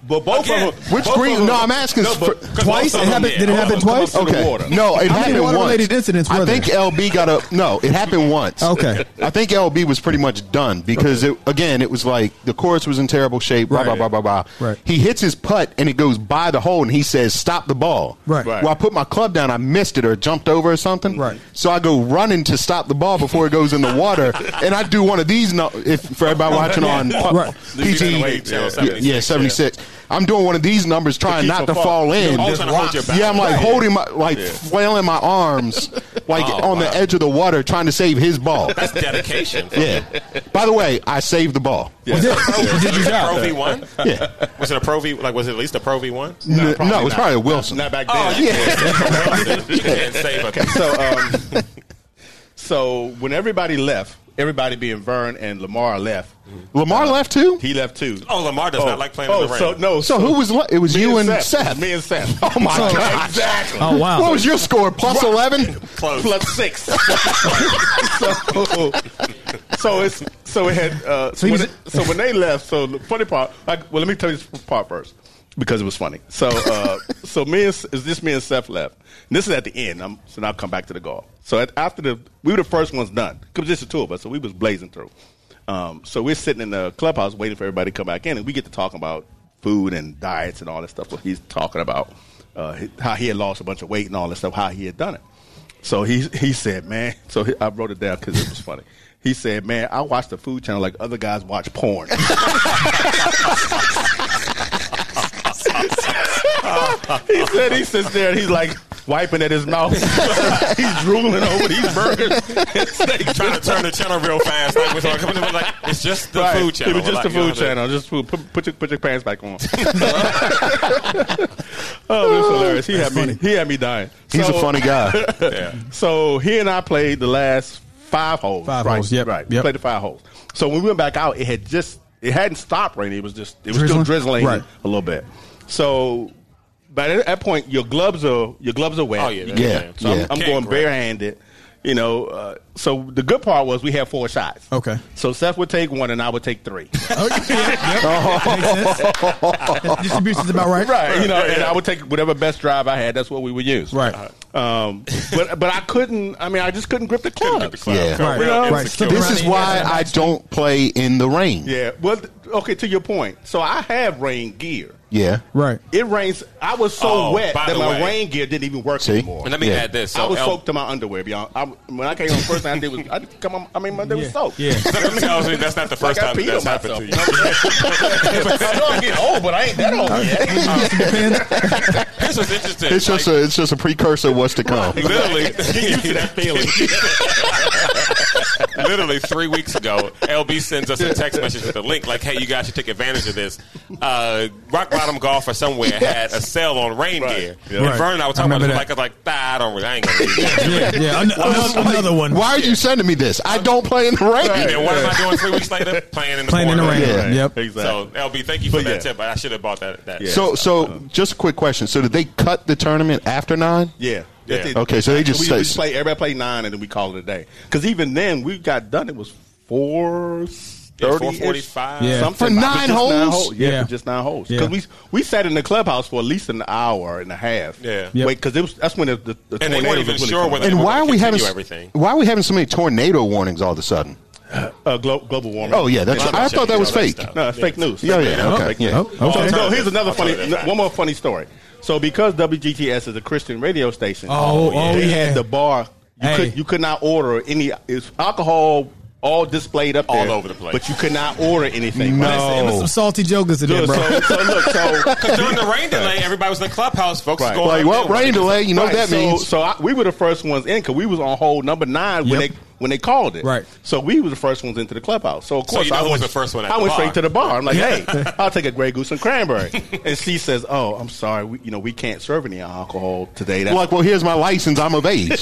S3: but both
S2: Again.
S3: of them.
S4: Which
S3: both
S4: green-
S3: of them-
S4: no, I'm asking for-
S3: 'cause
S5: Twice?
S3: both of
S5: It
S3: them
S5: happened-
S3: did.
S5: did it
S3: Both
S5: happen
S3: of them come
S5: twice?
S3: up to the
S4: Okay.
S3: water.
S4: No, it
S5: How many
S4: happened once.
S5: water-related incidents
S4: I
S5: were
S4: think LB got up. No, it happened once.
S5: Okay.
S4: I think LB was pretty much done because it, again, it was like the course was in terrible shape. Blah
S5: Right.
S4: blah blah blah blah.
S5: Right.
S4: He hits his putt and it goes by the hole and he says, "Stop the ball."
S5: Right.
S3: Right.
S4: Well, I put my club down. I missed it or jumped over or something.
S5: Right.
S4: So I go running to stop the ball before it goes in the water, and I do one of these. No, if for everybody watching on
S5: Right.
S4: PG,
S2: Way, channel
S4: yeah,
S2: 76,
S4: yeah, seventy six. I'm doing one of these numbers, trying
S3: keep
S4: not
S3: from
S4: to
S3: fall-
S4: fall in.
S2: You're all trying to hold your balance.
S4: Yeah, I'm like
S2: Right.
S4: holding my, like flailing my arms, like
S2: Oh,
S4: on
S2: wow.
S4: the edge of the water, trying to save his ball.
S2: That's dedication.
S4: yeah. By the way, I saved the ball.
S5: You did. You did your
S2: Was it a
S5: job.
S2: Pro V one?
S4: Yeah.
S2: Was it a Pro V? Like, was it at least a Pro V one?
S4: N- no,
S3: probably
S4: it was
S3: not.
S4: probably a Wilson.
S3: Not back then.
S2: Oh, you can't. you can't save a.
S3: so um, so when everybody left, everybody being Vern and Lamar left,
S4: Lamar left too.
S3: he left too.
S2: Oh, Lamar does not like playing
S3: oh,
S2: in the rain.
S3: So no,
S4: So who was? Le- it was
S3: me
S4: you and
S3: Seth.
S4: Seth.
S3: Me and Seth.
S4: Oh my
S5: So-
S4: god!
S3: exactly.
S5: Oh wow.
S4: What was your score? Plus eleven.
S2: Close.
S3: Plus six. so, so it's so it had uh, so,
S5: he
S3: when
S5: was-
S3: it- so when they left. So the funny part. Like, well, let me tell you this part first because it was funny. So uh, so me and is this me and Seth left. And this is at the end. I'm, so now I'll come back to the golf. So at, after the we were the first ones done because just the two of us. So we was blazing through. Um, so we're sitting in the clubhouse waiting for everybody to come back in, and we get to talking about food and diets and all that stuff. What he's talking about, uh, how he had lost a bunch of weight and all that stuff, how he had done it. So he he said, man. So he, I wrote it down because it was funny. He said, man, I watch the food channel like other guys watch porn. he said he sits there and he's like wiping at his mouth. he's drooling over these burgers.
S2: trying to turn the channel real fast. Like, we're coming to, like it's just the
S3: Right.
S2: food channel.
S3: It was just
S2: Like,
S3: the
S2: you know,
S3: food channel. Just food. Put, put your put your pants back on. oh, it was hilarious. He had me. He had me dying.
S4: He's
S3: So-
S4: a funny guy.
S2: Yeah.
S3: So he and I played the last five holes.
S5: Five
S3: right?
S5: holes, yep,
S3: Right.
S5: yep.
S3: Played the five holes. So when we went back out, it had just it hadn't stopped raining. It was just it was
S5: Drizzling?
S3: still drizzling
S5: Right.
S3: a little bit. So but at that point your gloves are your gloves are wet.
S2: Oh, yeah,
S3: You
S2: that's
S3: can't-
S4: right.
S3: So I'm-
S4: Yeah.
S3: I'm,
S2: Can't
S3: going
S2: grab.
S3: barehanded. You know, uh, so the good part was we had four shots.
S5: Okay.
S3: So Seth would take one and I would take three.
S5: Oh, yeah, yep. Makes sense. Distribution's about right.
S3: right. You know, and I would take whatever best drive I had. That's what we would use.
S5: Right.
S3: Um, but but I couldn't. I mean, I just couldn't grip the clubs.
S2: Look at the cloud.
S4: Yeah.
S2: Come
S5: Right,
S2: real
S5: right.
S2: insecure.
S5: Slipping
S4: This is
S5: Running
S4: why
S5: and
S4: I don't play in the rain.
S3: Yeah. Well, th- okay. To your point. So I have rain gear.
S4: Yeah.
S5: Right.
S3: It rains. I was so
S2: Oh,
S3: wet
S2: by
S3: that
S2: the
S3: my
S2: way.
S3: rain gear didn't even work
S4: See?
S3: anymore.
S2: And let me
S4: Yeah.
S2: add this. So um,
S3: I was
S2: El-
S3: soaked to my underwear. Beyond I, when I came home first, thing I did was I just come. On, I mean, my underwear was soaked.
S5: Yeah.
S2: Something tells me that's not the first
S3: Like I
S2: time
S3: peed
S2: that's
S3: on
S2: happened to you.
S3: myself. I know I'm getting old, but I ain't that old yet.
S2: This was interesting.
S4: It's just a it's just a precursor of what's to come.
S2: literally
S3: Get used to that feeling.
S2: literally three weeks ago, LB sends us a text message with a link like, "Hey, you guys should take advantage of this." Uh, Rock Bottom Golf or somewhere had a sale on rain gear.
S3: Yeah.
S2: And
S5: Right.
S2: Vernon and I were
S5: I
S2: talking about
S5: remember
S2: it.
S5: that.
S2: Like, I was like, nah, I don't really, I ain't gonna do that.
S5: yeah, yeah. An- another, another one.
S4: Why are you sending me this? I don't play in the rain.
S2: And then what am I doing three weeks later? Playing in the
S5: Playing in the
S2: corner.
S5: rain.
S4: Yeah.
S5: Yep.
S3: Exactly.
S2: So LB, thank you for
S3: But
S2: that
S3: yeah.
S2: tip. I should have bought that. that.
S4: So, so just a quick question. So, did they cut the tournament after nine?
S3: Yeah.
S2: Yeah.
S3: That's it.
S4: Okay, so they just
S3: we,
S4: say-
S3: we just play everybody play nine and then we call it a day. Because even then we got done. It was four
S2: Yeah,
S3: thirty,
S2: 4:45.
S5: Yeah.
S4: For nine holes?
S3: Yeah,
S5: Yeah.
S3: for just nine holes.
S5: Yeah.
S3: Because we we sat in the clubhouse for at least an hour and a half.
S2: Yeah.
S5: Yep.
S3: Wait, because it was that's when the, the, the
S2: And they
S3: tornadoes
S2: weren't even
S3: was really
S2: sure
S3: coming.
S2: whether-
S4: And
S2: We're
S4: why
S2: gonna
S4: are we having
S2: continue everything.
S4: why are we having so many tornado warnings all of a sudden?
S3: uh, glo- global warming.
S4: Oh yeah, that's
S3: And-
S4: I thought that was
S2: All that
S4: fake.
S2: stuff.
S3: No, it's fake news.
S4: Yeah, yeah,
S5: Oh,
S4: okay, yeah.
S5: oh, okay.
S3: So here's another
S2: I'll tell you
S3: funny,
S2: that fact.
S3: one more funny story. So because WGTS is a Christian radio station,
S5: Oh, oh,
S3: they
S5: yeah.
S3: had the bar. You
S5: Hey.
S3: could you could not order any. It's alcohol all displayed up
S2: All
S3: there,
S2: over the place.
S3: but you could not order anything.
S5: It was some
S4: No,
S5: salty jokers in
S3: So,
S5: there,
S3: so,
S5: bro.
S3: so look, so
S2: Because during the rain delay, everybody was in the clubhouse. Folks was
S3: Right.
S2: going
S4: like
S2: up
S4: well,
S2: there.
S4: rain delay. You know what
S3: Right,
S4: that
S3: so,
S4: means.
S3: So I, we were the first ones in because we was on hold number nine when
S5: Yep.
S3: they when they called it.
S5: Right.
S3: So we was the first ones into the clubhouse. So of
S2: So
S3: course
S2: you know
S3: I
S2: who was
S3: went,
S2: the first one at
S3: I
S2: the
S3: went
S2: bar.
S3: straight to the bar. I'm like,
S5: Yeah.
S3: hey, I'll take a Grey Goose and cranberry. and she says, oh, I'm sorry, we, you know, we can't serve any alcohol today. That's,
S4: Like, well, here's my license. I'm of age.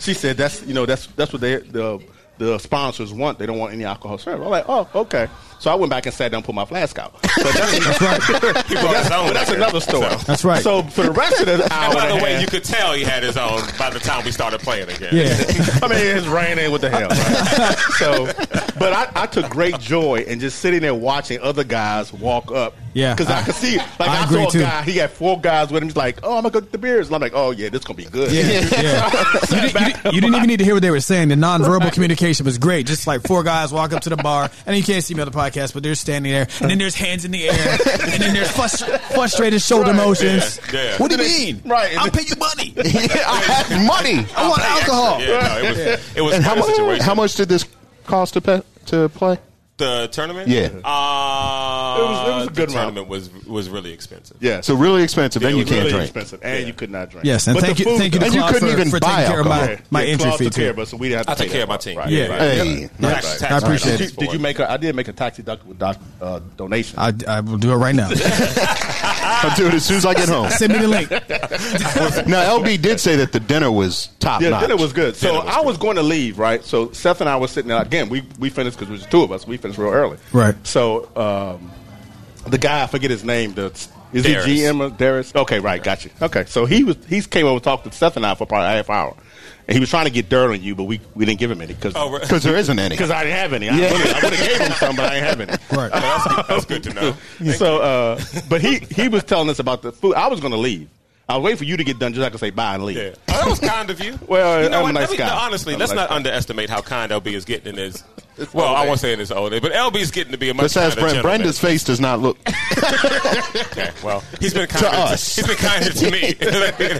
S3: she said that's you know that's that's what they the the sponsors want. They don't want any alcohol served. I'm like, oh, okay. So I went back and sat down, and put my flask out. But that's,
S2: He brought his own
S3: but that's
S2: liquor.
S3: another story.
S5: That's right.
S3: So for the rest of the hour,
S2: And by
S3: and a
S2: the way,
S3: half-
S2: you could tell he had his own by the time we started playing again.
S5: Yeah.
S3: I mean, it's raining. What the hell? right? so, but I, I took great joy in just sitting there watching other guys walk up.
S5: Yeah,
S3: because I,
S5: I-
S3: could see. Like
S5: I
S3: I,
S5: agree,
S3: saw a
S5: too.
S3: guy. He had four guys with him. He's like, "Oh, I'm gonna go get the beers." And I'm like, "Oh yeah, this gonna be good."
S5: Yeah, yeah. You, didn't, you, didn't- you didn't even need to hear what they were saying. The nonverbal communication was great. Just like four guys walk up to the bar, and you can't see me on the podcast, but they're standing there, and then there's hands in the air, and then there's frustra- frustrated shoulder
S3: Right.
S5: motions.
S2: Yeah, yeah.
S5: What do you mean?
S3: Right.
S5: I'll pay you money.
S4: Yeah, I have money.
S5: I want alcohol.
S2: Yeah, no, it was it was
S4: And how,
S2: quite a
S4: mu-
S2: situation.
S4: how much did this cost to pe- to play?
S2: the tournament? Uh,
S4: Yeah.
S2: it was,
S3: was a
S2: the
S3: good round.
S2: tournament was was really expensive.
S3: yeah.
S4: So really expensive. Then
S2: Yeah,
S4: you
S2: it was
S4: can't
S3: really
S4: drink.
S3: expensive, and you could not drink.
S5: Yes, and
S3: But
S5: thank
S3: the
S5: you,
S3: food-
S5: thank you to
S4: And you
S5: Claude
S4: couldn't
S5: for,
S4: even
S5: for
S4: buy
S5: taking care of
S4: alcohol.
S5: my, my
S3: Yeah,
S5: entry
S3: Claus
S5: fee
S3: took care
S5: too.
S3: of us, so we didn't have to
S2: I took
S3: pay
S2: care
S3: that
S2: of my
S3: part.
S2: team.
S3: Right,
S5: Yeah.
S3: right.
S5: Hey,
S4: Hey,
S2: Tax-
S4: nice.
S2: tax
S5: I appreciate
S2: write-offs
S5: it.
S3: Did, you- did you make a? I did make a tax deductible doc, uh, donation.
S5: I, I will do it right now.
S4: I'll do it as soon as I get home.
S5: Send me the link.
S4: Now, LB did say that the dinner was top
S3: Yeah,
S4: notch.
S3: dinner was good. So
S2: Dinner was
S3: I was going to leave, right? So Seth and I were sitting there again. We we finished because it was two of us. We finished real early,
S5: Right.
S3: So um, the guy, I forget his name. The is
S2: Darius.
S3: he GM or Darius? Okay, right, got you. Okay, so he was he's came over and talked to Seth and I for probably a half hour, and he was trying to get dirt on you, but we, we didn't give him any because
S2: Oh, right.
S4: because there isn't any.
S3: because I didn't have any. I would have gave him some, but I didn't have any.
S5: Right.
S2: That's, good- that's good to know.
S3: so, uh, but he he was telling us about the food. I was going to leave. I was waiting for you to get done, just so I could say bye and leave.
S2: Yeah. Oh, that was kind of you.
S3: Well,
S2: you know
S3: I'm a
S2: what?
S3: nice
S2: Let me-
S3: guy.
S2: no, honestly,
S3: I'm a
S2: let's
S3: nice
S2: not
S3: guy.
S2: underestimate how kind LB is getting in his.
S3: It's
S2: Well,
S3: old
S2: I
S3: age.
S2: won't say in his old age, but LB's getting to be a much
S4: Let's ask
S2: kinder gentleman.
S4: Brent. Brenda's face does not look.
S2: Okay, well, he's been kind to
S4: us.
S2: He's been kind to me.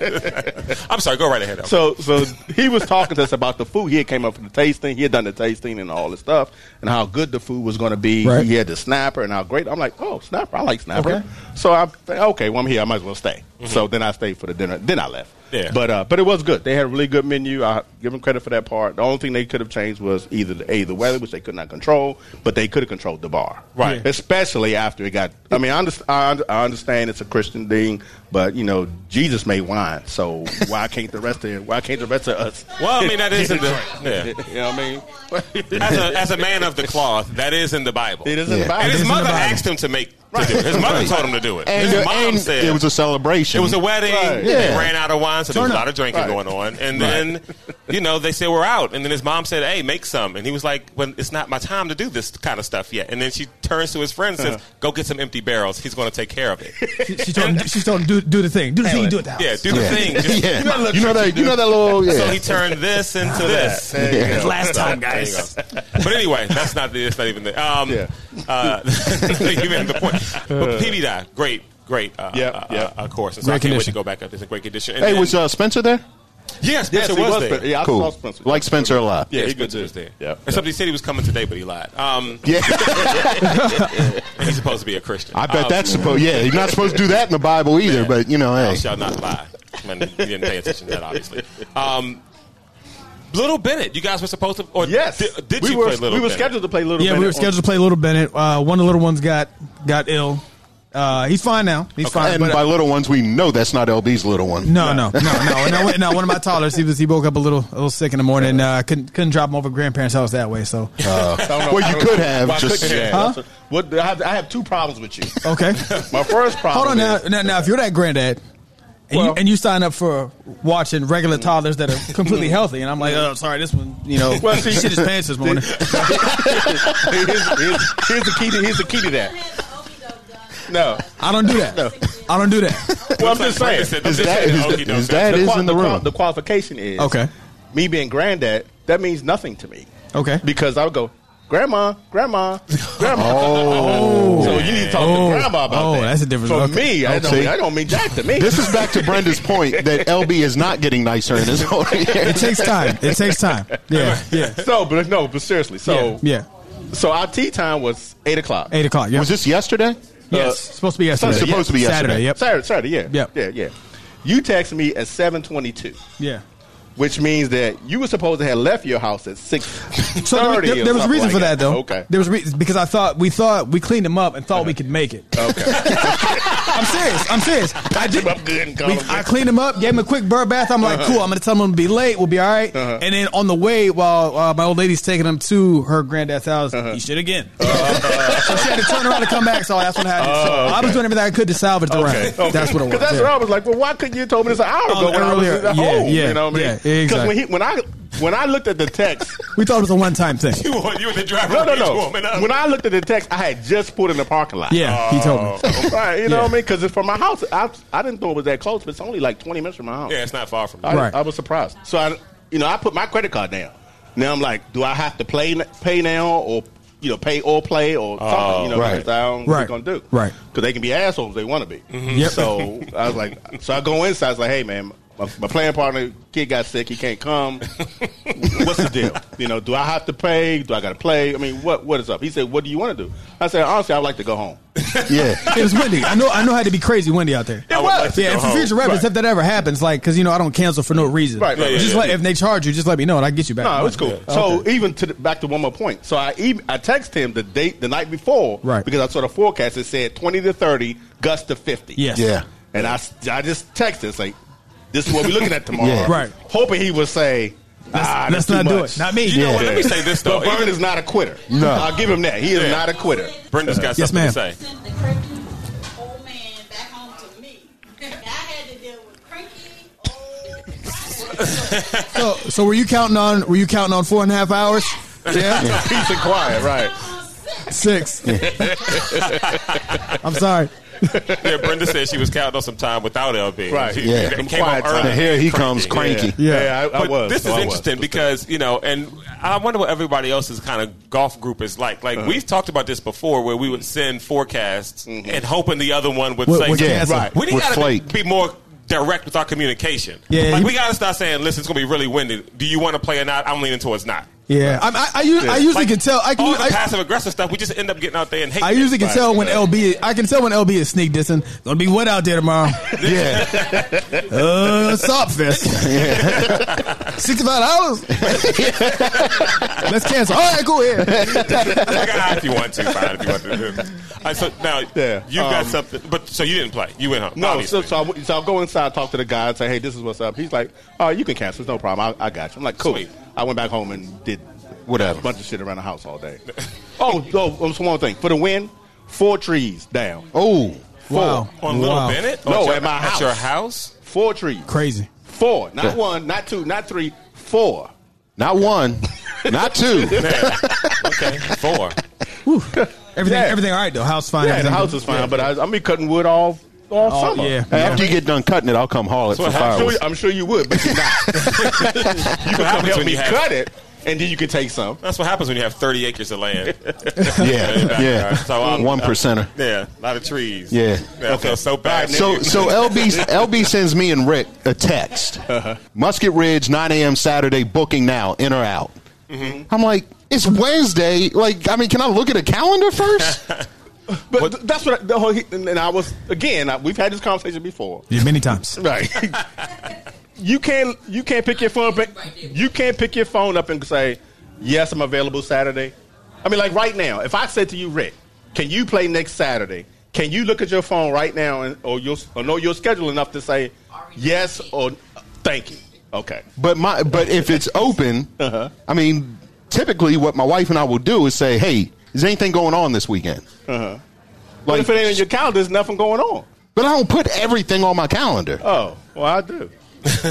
S2: I'm sorry. Go right ahead. LB.
S3: So, so he was talking to us about the food. He had came up with the tasting. He had done the tasting and all this stuff, and how good the food was going to be.
S5: Right.
S3: He had the snapper, and how great. I'm like, oh, snapper! I like snapper. So I think, okay, well I'm here. I might as well stay. So then I stayed for the dinner. Then I left.
S2: Yeah.
S3: But uh, but it was good. They had a really good menu. I give them credit for that part. The only thing they could have changed was either the, a the weather, which they could not control, but they could have controlled the bar.
S2: Right. Yeah.
S3: Especially after it got. I mean, I, under, I, under- I understand it's a Christian thing, but you know, Jesus made wine, so why can't the rest of why can't the rest of us?
S2: well, I mean that is in the. Yeah.
S3: You know what I mean?
S2: As a, as a man of the cloth, that is in the Bible.
S3: It is in
S4: Yeah.
S3: the Bible.
S2: And
S5: It
S2: his
S5: is in the
S2: mother
S5: Bible.
S2: asked him to make to do it. His mother told him to do it.
S4: And,
S2: his
S4: uh,
S2: mom
S4: and
S2: said
S4: it was a celebration.
S2: It was a wedding.
S3: Right.
S2: They
S4: Yeah.
S2: ran out of wine, so there was a lot of drinking
S3: Right.
S2: going on. And then, you know, they said we're out. And then his mom said, "Hey, make some." And he was like, "Well, it's not my time to do this kind of stuff yet." And then she turns to his friend and says, "Go get some empty barrels. He's going to take care of it."
S5: She, she told him, she told him do, do the thing. Do the thing you do at the house.
S2: yeah, do the
S4: Yeah.
S2: thing. Just-
S4: yeah.
S2: Come on.
S4: You know that. You know that little. Yeah.
S2: So he turned this into this.
S4: Yeah.
S5: Last time,
S2: There you
S5: guys.
S2: go. But anyway, that's not the, that's not even the um,
S3: Yeah.
S2: uh, you made the point. But PB Die, great, great, uh,
S3: Yep,
S2: uh,
S3: yep.
S2: uh, course. And so
S5: Great
S2: I can't wait to
S5: condition.
S2: go back up. It's a great condition. And
S4: Hey,
S2: then-
S4: was uh, Spencer there?
S2: yeah, Spencer
S3: Yes, he
S2: was,
S3: was,
S2: there.
S3: but- yeah, I saw
S4: Cool.
S3: Spencer.
S4: Like Spencer a lot.
S3: Yeah, he
S2: Spencer
S3: good
S2: was
S3: dude.
S2: there.
S3: Yeah,
S2: Except he said he was coming today, but he lied. Um,
S4: Yeah.
S2: and he's supposed to be a Christian.
S4: I bet
S2: Um,
S4: that's supposed. Yeah, you're not supposed to do that in the Bible either. But you know,
S2: Thou
S4: hey.
S2: shalt not lie. I mean, you didn't pay attention to that, obviously. Um, Little Bennett, you guys were supposed to, or
S3: Yes,
S2: di- did
S3: we
S2: you
S3: were.
S2: play Little
S3: we were
S2: Bennett?
S3: scheduled to play Little.
S5: yeah,
S3: Bennett
S5: we were
S3: on-
S5: scheduled to play Little Bennett. Uh, one of the little ones got got ill. Uh, he's fine now. He's fine.
S4: And
S5: but- uh,
S4: by little ones, we know that's not LB's little one.
S5: No, no, no, no, no, one- no. One of my toddlers, he was he woke up a little a little sick in the morning. And, uh, couldn't couldn't drop him over at grandparents' house that way. So
S3: I don't know.
S4: Uh, Well, you
S3: I don't
S4: could
S3: know
S4: have
S3: why I
S4: just-
S3: couldn't have.
S5: Huh?
S3: That's What I have, I have two problems with you.
S5: okay,
S3: My first problem.
S5: hold on now,
S3: is-
S5: now. Now, if you're that granddad. And, you,
S3: Well-
S5: and you sign up for watching regular toddlers that are completely healthy, and I'm like, oh, sorry, this one, you know,
S3: Well, see-
S5: shit his pants this morning.
S3: here's, here's- here's the key. To, here's the key to that. No.
S5: I don't do that. I don't do that.
S3: Well, I'm just
S2: Like Brandon
S3: saying.
S2: said, I'm
S4: His
S2: just
S4: dad,
S2: saying,
S4: his,
S2: okey-doke.
S4: his dad is
S3: qual-
S4: in the
S3: qual-
S4: room.
S3: the qualification is
S5: Okay.
S3: Me being granddad, that means nothing to me.
S5: Okay.
S3: Because I would go, grandma, grandma, grandma. oh, so you need to talk
S5: Oh.
S3: to grandma about
S5: Oh,
S3: that.
S5: that's a difference.
S3: For
S5: Okay.
S3: me, I don't,
S4: Okay.
S3: I don't mean that to me.
S4: This is back to Brenda's point that LB is not getting nicer in his old
S5: It takes time. It takes time. Yeah, yeah,
S3: so, but no, but seriously. So,
S5: yeah.
S3: So our tea time was eight o'clock.
S5: Eight o'clock. Yeah.
S4: Was this yesterday?
S5: yes. Uh, supposed to be yesterday.
S4: Supposed to be
S5: Saturday.
S4: yesterday.
S5: Yep.
S3: Saturday, Saturday, yeah,
S5: Yep.
S3: yeah, yeah. You text me at seven twenty-two,
S5: Yeah.
S3: which means that you were supposed to have left your house at six
S5: So there, was-
S3: thirty.
S5: there- there was a reason for that, though.
S3: Okay.
S5: There was re- because I thought we thought we cleaned him up and thought we could make it.
S3: okay.
S5: I'm serious. I'm Uh-huh. serious. I did.
S3: him up good and
S5: We,
S3: calm.
S5: I cleaned him up, gave him a quick bird bath. I'm like, cool. I'm gonna tell him I'm gonna be late. We'll be all right. And then on the way, while uh, my old lady's taking him to her granddad's house, he shit again. so she had to turn around and come back. So that's what happened. So
S3: Oh,
S5: I was
S3: okay.
S5: doing everything I could to salvage the ride. That's what it was.
S3: Because that's
S5: yeah.
S3: what I was like. Well, why couldn't you have told me this an hour
S5: Oh,
S3: ago when I was
S5: earlier.
S3: at
S5: Yeah,
S3: home?
S5: yeah,
S3: you know what I
S5: yeah,
S3: mean? Because
S5: exactly.
S3: when, he- when I when I looked at the text,
S5: we thought it was a one-time thing.
S2: You were, you were the driver.
S3: no, no,
S2: of each
S3: no.
S2: woman, huh?
S3: When I looked at the text, I had just put in the parking lot.
S5: uh, Yeah, he told me.
S3: Right, you know
S5: Yeah.
S3: what I mean? Because it's from my house. I, I didn't know it was that close, but it's only like 20 minutes from my house.
S2: yeah, it's not far from
S3: I,
S2: you.
S5: Right.
S3: I was surprised. So I, you know, I put my credit card down. Now I'm like, do I have to play pay now or you know pay or play or something? You know,
S4: right.
S3: because I don't know what
S5: Right.
S3: they're gonna do.
S5: Right. Mm-hmm.
S3: Because they can be assholes. if They want to be.
S5: Yep.
S3: So I was like, so I go inside. I was like, hey man, my, my playing partner kid got sick. He can't come. What's the deal? You know, do I have to pay? Do I got to play? I mean, what what is up? He said, what do you want to do? I said, honestly, I'd like to go home.
S4: Yeah.
S5: It was windy. I know. I know how to be crazy windy out there.
S2: I would like to
S5: yeah,
S2: go
S5: and for
S2: home.
S5: future reference,
S3: Right.
S5: if that ever happens, like, because you know I don't cancel for no reason.
S3: Right, right, right,
S5: just
S2: yeah,
S5: let
S2: yeah.
S5: if they charge you, just let me know and I get you back.
S3: No,
S5: the
S3: it was cool.
S5: money.
S3: So even to the, back to one more point. So I even, I text him the date the night before,
S5: Right.
S3: Because I saw the forecast. It said twenty to thirty, gust to fifty.
S5: Yes.
S4: Yeah.
S3: And I, s- I just texted it's like, this is what we're looking at tomorrow,
S4: Yeah.
S5: Right.
S3: Hoping he would say, ah,
S5: let's
S3: that's
S5: not
S3: too
S5: do
S3: much.
S5: it. Not me.
S2: You know what? Let me
S3: Yeah.
S2: say this though.
S3: But Vern
S2: Even-
S3: is not a quitter.
S4: No.
S3: I'll give him that. He is
S2: Yeah.
S3: not a quitter.
S2: Brenda's got
S5: Yes,
S2: something
S5: ma'am.
S2: to say.
S6: Send the cranky old man back home to me. I had to deal with cranky
S5: So,
S6: old.
S5: so were you counting on? Were you counting on four and a half hours? Yeah,
S3: Peace and quiet, right?
S5: six. I'm sorry.
S2: Yeah, Brenda said she was counting on some time without LB.
S3: Right.
S2: She-
S4: Yeah.
S2: it
S4: Some
S2: came on
S3: quiet time.
S2: early.
S4: And here he comes, cranky.
S5: Yeah.
S3: I, I
S2: But
S3: was.
S2: this
S3: so
S2: is
S3: I was.
S2: interesting because you know, and I wonder what everybody else's kind of golf group is like.
S5: Uh-huh.
S2: Like we've talked about this before, where we would send forecasts
S5: Mm-hmm.
S2: and hoping the other one would
S5: Would-
S2: say,
S5: would cancel.
S4: Right.
S2: We
S4: Would
S2: got to
S4: flake.
S2: be more direct with our communication.
S5: Yeah,
S2: like
S5: he-
S2: we got to start saying, "Listen, it's going to be really windy. Do you want to play or not?" I'm leaning towards not.
S5: Yeah, I'm, I, I, usually, I usually
S2: Like,
S5: can tell. I can.
S2: all the
S5: I,
S2: passive aggressive stuff. We just end up getting out there and hating.
S5: I usually can
S2: it.
S5: tell when LB. I can tell when LB is sneak dissing. Gonna be wet out there tomorrow.
S4: Yeah.
S5: Uh, stop fest. Sixty-five dollars. Let's cancel. All right, go ahead.
S2: I got high if you want to, fine if you want to. All right, so now
S3: Yeah,
S2: you got
S3: um,
S2: something, but so you didn't play. You went home.
S3: No, so,
S2: obviously.
S3: so, I, w- so I'll go inside, talk to the guy, and say, hey, this is what's up. He's like, oh, you can cancel. It's no problem. I, I got you. I'm like, cool.
S2: Sweet.
S3: I went back home and did
S4: Whatever.
S3: a bunch of shit around the house all day. oh, oh, oh, so one thing. For the win, four trees down.
S4: Oh.
S3: Four.
S2: on Little Bennett?
S3: No,
S2: Or
S3: at my
S2: At
S3: house.
S2: your house?
S3: Four trees.
S5: Crazy.
S3: Four. Not one, not two, not three, four.
S4: Not one. Not two.
S2: Okay, four.
S5: Everything,
S3: Yeah.
S5: everything all right though. House fine.
S3: Yeah,
S5: everything
S3: the house
S5: good.
S3: is fine, but I, I'm going to be cutting wood all, all
S5: Oh,
S3: summer.
S5: yeah.
S4: Hey, after you get done cutting it, I'll come haul it for
S2: what happened.
S3: I'm sure,
S4: fireworks.
S3: you- I'm sure you would, but you're not. you can come
S2: happens
S3: help
S2: when
S3: me
S2: you have-
S3: cut it, and then you can take some.
S2: That's what happens when you have 30 acres of land.
S4: Yeah. Yeah.
S2: So, um,
S4: one percenter.
S2: Yeah, a lot of trees.
S4: Yeah.
S2: Man, I feel so bad.
S4: So so LB LB sends me and Rick a text. Musket Ridge, 9 a.m. Saturday, booking now, in or out. I'm like, it's Wednesday. Like, I mean, can I look at a calendar first?
S3: But th- that's what I, the whole. And I was again. I, we've had this conversation before.
S5: Yeah, many times.
S3: Right. you can't you can't pick your phone up. You can't pick your phone up and say, "Yes, I'm available Saturday." I mean, like right now, if I said to you, Rick, "Can you play next Saturday?" Can you look at your phone right now and or you'll or know your schedule enough to say yes or thank you? Okay.
S4: But my but if it's open, I mean, typically what my wife and I will do is say, "Hey, is anything going on this weekend?"
S3: Uh-huh. But if it ain't in your calendar, there's nothing going on.
S4: But I don't put everything on my calendar.
S3: Oh, well, I do.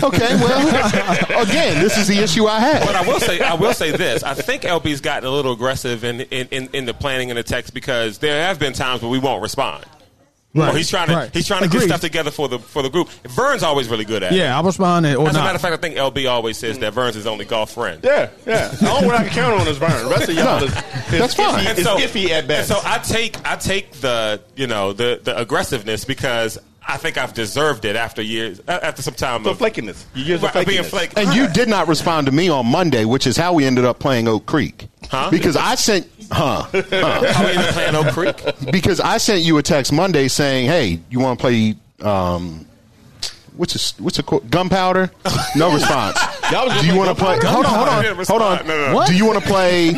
S4: Okay, well, again, this is the issue I
S2: But I
S4: had.
S2: will say, I will say this. I think LB's gotten a little aggressive in, in, in, in the planning and the text because there have been times where we won't respond.
S5: Right,
S2: Or he's trying to
S5: right.
S2: he's trying to get
S5: Agreed.
S2: stuff together for the for the group. Vern's always really good at it.
S5: Yeah, I'll respond it or
S2: As a
S5: not.
S2: matter of fact, I think LB always says that Vern's his only golf friend.
S3: Yeah, yeah. The only one I can count on is Vern. The rest of y'all is, is
S4: That's fine.
S3: Iffy,
S2: And
S3: it's
S2: so-
S3: iffy at best.
S2: And so I take I take the you know the the aggressiveness because I think I've deserved it after years uh, after some time
S3: the
S2: of
S3: flakiness. You use the
S2: Right,
S3: flakiness.
S2: being flake.
S4: And you did not respond to me on Monday, which is how we ended up playing Oak Creek.
S2: Huh?
S4: Because I sent, huh?
S2: How we even playing Oak Creek?
S4: Because I sent you a text Monday saying, "Hey, you want to play um, what's a, what's a co- gunpowder?" No response.
S3: Y'all was
S4: Do you want to play? Hold on, hold
S2: I
S4: on,
S2: didn't
S4: hold on.
S2: respond. No, no, no.
S4: Do you want to play?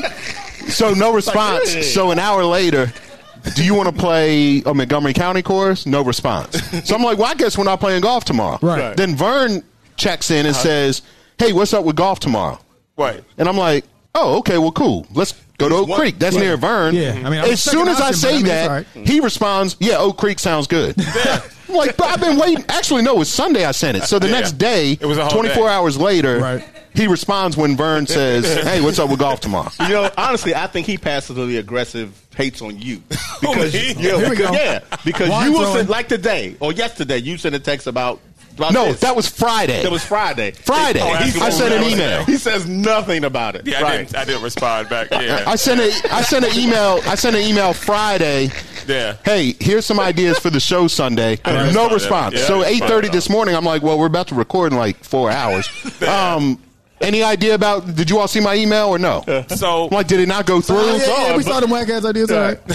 S4: So no response.
S3: hey.
S4: So an hour later. Do you want to play a Montgomery County course? No response. So I'm like, well, I guess we're not playing golf tomorrow.
S5: Right.
S4: Then Vern checks in
S2: Uh-huh.
S4: and says, "Hey, what's up with golf tomorrow?"
S2: Right.
S4: And I'm like, oh, okay, well, cool. Let's go to Oak
S3: one-
S4: Creek. That's near Vern.
S5: Yeah, I mean, I was
S4: as soon
S5: second
S4: as I
S5: option,
S4: say
S5: but I mean,
S4: that,
S5: it's all
S4: he responds, yeah, Oak Creek sounds good. I'm like, but I've been waiting. Actually, no, it's Sunday I sent it. So the
S2: Yeah.
S4: next day,
S2: It was a whole
S4: 24
S2: day.
S4: hours later,
S5: Right.
S4: he responds when Vern says, hey, what's up with golf tomorrow?
S3: You know, honestly, I think he passively aggressive hates on you because
S2: me?
S3: yeah,
S5: Here we
S3: because,
S5: go.
S3: yeah, because
S5: Wine
S3: you will
S5: throwing.
S3: send like today or yesterday. You sent a text about, about
S4: No,
S3: this.
S4: that was Friday.
S3: that was Friday.
S4: Friday.
S2: Oh,
S3: And
S2: asking
S4: I
S2: for
S4: sent an
S2: that was-
S4: email.
S3: He says nothing about it.
S2: Yeah, I,
S3: right.
S2: didn't, I didn't respond back. Yeah.
S4: I sent a I sent an email I sent an email Friday.
S2: Yeah.
S4: Hey, here's some ideas for the show Sunday.
S2: didn't
S4: No
S2: respond.
S4: response.
S2: Yeah, I
S4: so
S2: didn't
S4: eight
S2: respond
S4: thirty
S2: at
S4: this morning, I'm like, well, we're about to record in like four hours. Um, any idea about? Did you all see my email or no? I'm
S2: so
S4: like, did it not go through?
S5: Oh, yeah, yeah, yeah, we
S3: but-
S5: saw them whack ass ideas. All right.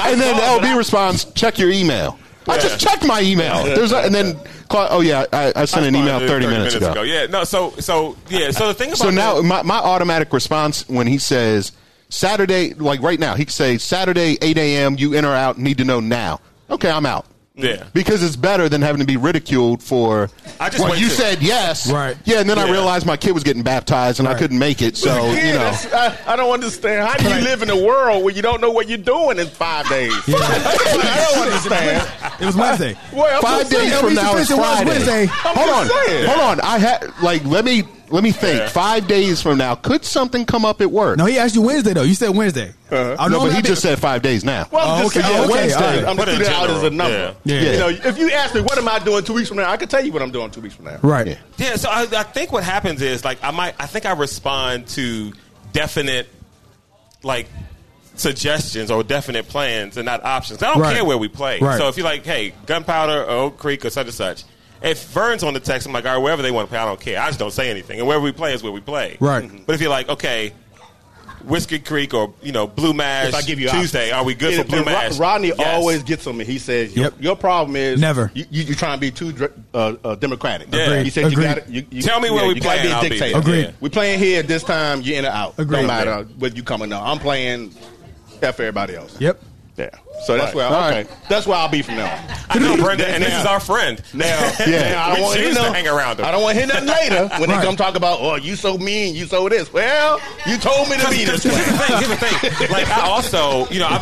S4: and then LB responds, check your email. I just checked my email. There's a, and then Cla- oh yeah, I, I sent an email 30, minutes, ago.
S2: Yeah. No. So so yeah. So the thing about
S4: So now
S2: that-
S4: my, my automatic response when he says Saturday, like right now, he could say Saturday, 8 a.m., you in or out, need to know now. Okay, I'm out.
S2: Yeah.
S4: Because it's better than having to be ridiculed for.
S2: I just
S4: well,
S2: wait
S4: you
S2: to-
S4: said yes,
S5: Right.
S4: Yeah, and then I
S2: Yeah.
S4: realized my kid was getting baptized and I couldn't make it. So
S3: Yeah,
S4: you know,
S3: that's- I, I don't understand. How do you live in a world where you don't know what you're doing in five days? I don't understand.
S5: It was Wednesday.
S3: Well,
S4: five
S3: I'm just
S4: days
S3: saying,
S4: from
S5: LB's
S4: now is
S5: suspension was
S4: Friday.
S5: Wednesday. I'm
S4: hold
S3: just
S4: on,
S3: saying.
S4: hold on. I had like let me let me think. Five days from now, could something come up at work?
S5: No, he asked you Wednesday though. You said Wednesday. Uh-huh. I
S4: no, but
S5: I
S4: he
S5: did-
S4: just said five days now.
S3: Well, I'm
S5: Oh,
S3: just
S5: okay,
S3: saying,
S5: oh, okay,
S3: Wednesday.
S5: all right.
S3: I'm
S2: But
S3: just
S2: in
S3: putting it out as
S2: general,
S3: a number.
S5: yeah. Yeah.
S3: You know, if you ask me what am I doing two weeks from now, I can tell you what I'm doing two weeks from now.
S5: right.
S2: Yeah, so I, I think what happens is like I might I think I respond to definite like suggestions or definite plans and not options. I don't
S5: Right.
S2: care where we play.
S5: Right.
S2: So if you're like, hey, gunpowder or Oak Creek or such and such, if Vern's on the text, I'm like, all right, wherever they want to play, I don't care. I just don't say anything. And wherever we play is where we play. Mm-hmm.
S5: Right.
S2: But if you're like, okay, Whiskey Creek or you know Blue Mash
S3: If I give you
S2: Tuesday, are we good
S3: Yeah,
S2: for Blue
S3: but Ro-
S2: Mash?
S3: Rodney
S2: Yes.
S3: always gets on me. He says, your,
S5: Yep.
S3: your problem is
S5: Never.
S3: You, you, you're trying to be too dr- uh, uh, democratic.
S2: Yeah. Agreed.
S3: He said,
S5: Agreed.
S3: you got to you, you,
S2: Tell me where
S3: yeah,
S2: we
S3: you gotta
S2: playing, I'll
S3: Be
S2: be
S3: a dictator.
S2: there.
S5: Agreed.
S3: We're playing here at this time. You're in or out.
S5: Agreed.
S3: No matter whether you coming up. I'm playing F everybody else.
S5: Yep.
S3: Yeah. So that's where.
S4: All
S3: I,
S4: right.
S3: okay. That's where I'll be from now. on.
S2: I know Brenda, and this
S3: Now-
S2: is our friend. Now,
S3: Yeah, I
S2: we
S3: don't want
S2: choose
S3: to
S2: to hang around him.
S3: I don't want to hear nothing later when
S5: Right.
S3: they come talk about, oh, you so mean, you so this. Well, you told me to be
S2: Here's
S3: this
S2: the
S3: way.
S2: thing. Here's the thing. Like I also, you know, I,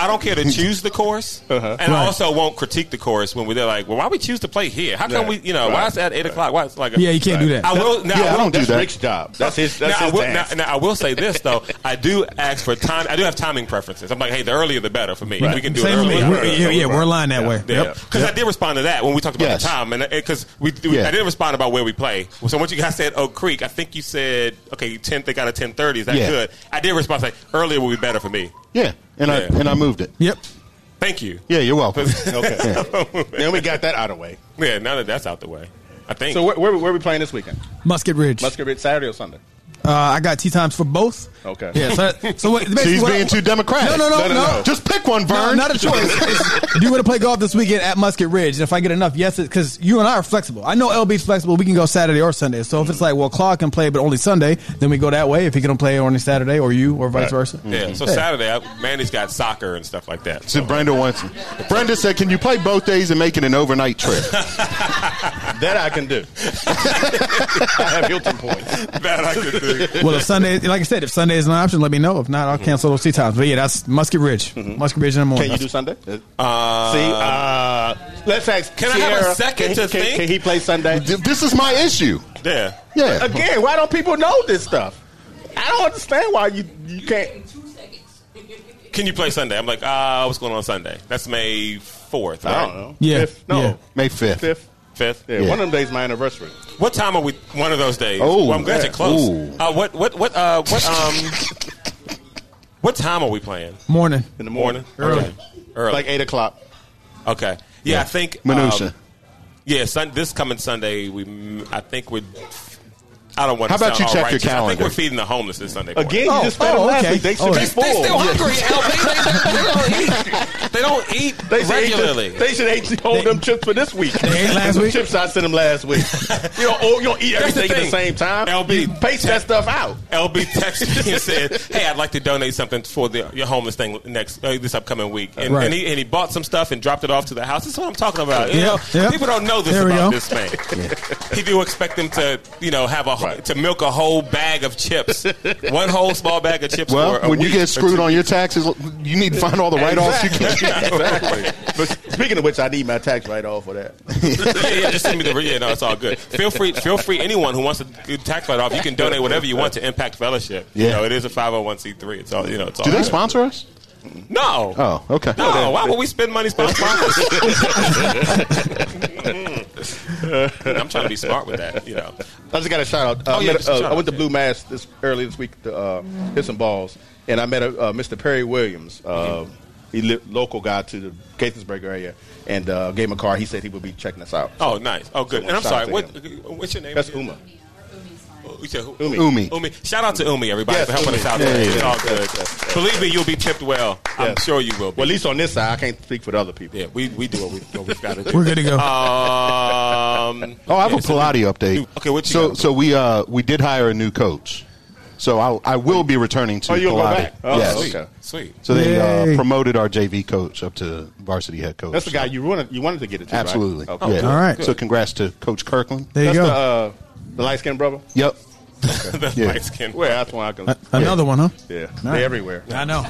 S2: I, I don't care to choose the course,
S3: Uh-huh.
S2: and I
S5: Right.
S2: also won't critique the course when we're there. Like, well, why we choose to play here? How come we,
S3: Right.
S2: you know, why
S3: Right.
S2: it's at eight o'clock? Why it's like,
S5: Yeah, you can't do that.
S2: I will. Now,
S4: Yeah,
S2: I
S4: I
S2: will,
S4: don't do
S3: That's
S4: that.
S3: Rick's job. That's his. That's
S2: now, I
S3: his
S2: will, now,
S3: task.
S2: now I will say this though. I do ask for time. I do have timing preferences. I'm like, hey, the earlier the better for me. We can do
S5: Same
S2: it earlier.
S5: with- we're- yeah, yeah, we're aligned that way.
S2: Yeah,
S5: Yep.
S2: because I did respond to that when we talked about
S4: Yes.
S2: the time, and because we, we
S4: Yeah.
S2: I didn't respond about where we play. So once you guys said Oak Creek, I think you said okay, ten. They got a ten thirty. Is that
S4: Yeah.
S2: good? I did respond like earlier would be better for me.
S4: yeah, and
S2: Yeah.
S4: I and I moved it.
S5: Yep.
S2: Thank you.
S4: Yeah, you're welcome.
S3: okay. then we got that out of the way.
S2: Yeah, now that that's out the way, I think.
S3: So where, where, where we playing this weekend?
S5: Musket Ridge.
S3: Muscat Ridge Saturday or Sunday?
S5: Uh, I got tea times for both.
S3: Okay.
S5: Yeah. So, so what, basically
S4: She's
S5: what
S4: being
S5: I-
S4: too democratic.
S5: No, no, no, no.
S4: Just pick one, Vern.
S5: No, not a choice. It's, do you want to play golf this weekend at Musket Ridge? And if I get enough yeses, because you and I are flexible. I know LB's flexible. We can go Saturday or Sunday. So if it's like, well, Claude can play, but only Sunday, then we go that way. If he can play only Saturday, or you, or vice
S3: Right.
S5: versa.
S2: Yeah, so Saturday, I, Manny's got soccer and stuff like that.
S4: So Brenda wants. Brenda said, "Can you play both days and make it an overnight trip?"
S3: That I can do. I have Hilton points.
S2: that I could do.
S5: Well, if Sunday, like I said, if Sunday is an option, let me know. If not, I'll cancel those tea times. But yeah, that's Musket Ridge. Musket Ridge in the morning.
S3: Mm-hmm. Can you do Sunday?
S2: Uh,
S3: See, uh, let's ask.
S2: Can I have a
S3: Sierra,
S2: second
S3: can, he-
S2: to
S3: can,
S2: think?
S3: Can he play Sunday?
S4: Th- this is my issue.
S2: Yeah.
S4: Yeah.
S3: Again, why don't people know this stuff? I don't understand why you you can't.
S6: Two seconds.
S2: Can you play Sunday? I'm like, uh, what's going on Sunday? That's May 4th, right?
S3: I don't know.
S5: Yeah,
S3: Fifth, no,
S5: yeah.
S4: May fifth.
S3: fifth.
S2: 5th?
S3: Yeah, one of them days my anniversary.
S2: What time are we? One of those days.
S4: Oh,
S2: well, I'm glad
S4: yeah.
S2: you're close.
S4: Ooh.
S2: Uh, what? What? What? Uh, what? Um, what time are we playing?
S5: Morning.
S3: In the
S2: Morning.
S3: morning,
S2: Early. Early.
S3: like eight o'clock.
S2: okay. Yeah, I think um,
S4: Minutia.
S2: yeah, sun, this coming Sunday, we. m- I think we. I don't want.
S4: How
S2: to
S4: about
S2: sound
S4: you
S2: all
S4: check your
S2: righteous. I think
S4: calendar?
S2: we're feeding the homeless this Sunday. morning.
S3: Again,
S5: Oh,
S3: you just fed
S5: oh,
S3: them last
S5: okay.
S3: week. They should
S5: Oh,
S3: be
S5: they-
S3: full.
S2: They still hungry. Al. They, they, they don't eat. They don't eat
S3: They should, eat
S2: regularly.
S3: the, they should eat hold them chips for this week.
S5: They ate last week?
S3: Chips I sent them last week. you don't oh, you don't eat
S2: That's the
S3: everything at
S2: thing.
S3: the same time.
S2: LB.
S3: You paste that stuff out.
S2: LB texted me and said, "Hey, I'd like to donate something for the your homeless thing next uh, this upcoming week." And,
S5: Right.
S2: and, he, and he bought some stuff and dropped it off to the house. That's what I'm talking about. You
S5: Yeah,
S2: know,
S5: yeah.
S2: people don't know this
S5: There we
S2: about
S5: go.
S2: this man. People expect them to, you know, have a wh- to milk a whole bag of chips, one whole small bag of chips. for
S4: Well,
S2: a
S4: when you
S2: week or
S4: get screwed
S2: two.
S4: on your taxes, you need to find all the write-offs you can.
S3: exactly. But speaking of which, I need my tax write off for that.
S2: yeah, yeah, just send me the yeah. No, it's all good. Feel free, feel free. Anyone who wants to get tax write off, you can donate whatever you want to Impact Fellowship. You
S4: Yeah.
S2: know, it is a 501c3. It's all you know. It's all
S4: Do they
S2: good.
S4: sponsor us?
S2: No.
S4: Oh, okay.
S2: No, why would we spend money sponsoring I'm trying to be smart with that, you know.
S3: I just got a shout out. Uh,
S2: Oh, yeah,
S3: I, met
S2: just
S3: a-
S2: a
S3: uh,
S2: shout
S3: I went
S2: out,
S3: to
S2: yeah.
S3: Blue Mass this early this week to uh, hit some balls, and I met a, uh, Mr. Perry Williams. Uh,
S2: Mm-hmm.
S3: He li- local guy to the Gaithersburg area, and uh, gave him a car. He said he would be checking us out.
S2: Oh, nice. Oh, good. And I'm sorry. What, what's your name?
S3: That's
S2: again?
S3: Uma.
S2: Oh, You said who?
S3: Umi.
S4: Umi.
S2: Umi. Shout out to Umi, everybody,
S3: Yes,
S2: for helping
S3: Umi.
S2: us out.
S3: Yeah,
S2: today.
S3: yeah,
S2: it's
S3: yeah.
S2: all good. Believe me, you'll be tipped well. I'm
S3: Yes.
S2: sure you will. Be.
S3: Well, at least on this side, I can't speak for the other people.
S2: yeah, we, we do what, we, what we've got to do.
S5: We're good to go.
S3: Uh,
S2: Um,
S4: Oh, I have
S2: yeah,
S4: a
S2: so-
S4: Pilate update.
S2: New- okay, what you
S4: so
S2: got?
S4: so we uh we did hire a new coach. So I I will be returning to
S3: Oh, you'll go
S4: Pilate.
S3: back? Oh,
S4: yes.
S2: Sweet.
S3: Okay.
S2: Sweet.
S4: So they
S5: Yay.
S4: uh, promoted our JV coach up to varsity head coach.
S3: That's the guy you wanted. You wanted to get it. To, right?
S4: Absolutely.
S3: Okay.
S4: Yeah.
S5: All right.
S4: So congrats to Coach Kirkland.
S5: There you
S3: That's
S5: go.
S3: the uh, the light skinned brother.
S4: Yep.
S2: the
S4: Yeah.
S2: light skin.
S3: Well, that's one I
S4: Uh,
S3: can.
S5: Another one, huh?
S3: uh, yeah,
S5: Nice.
S3: they everywhere.
S5: I know.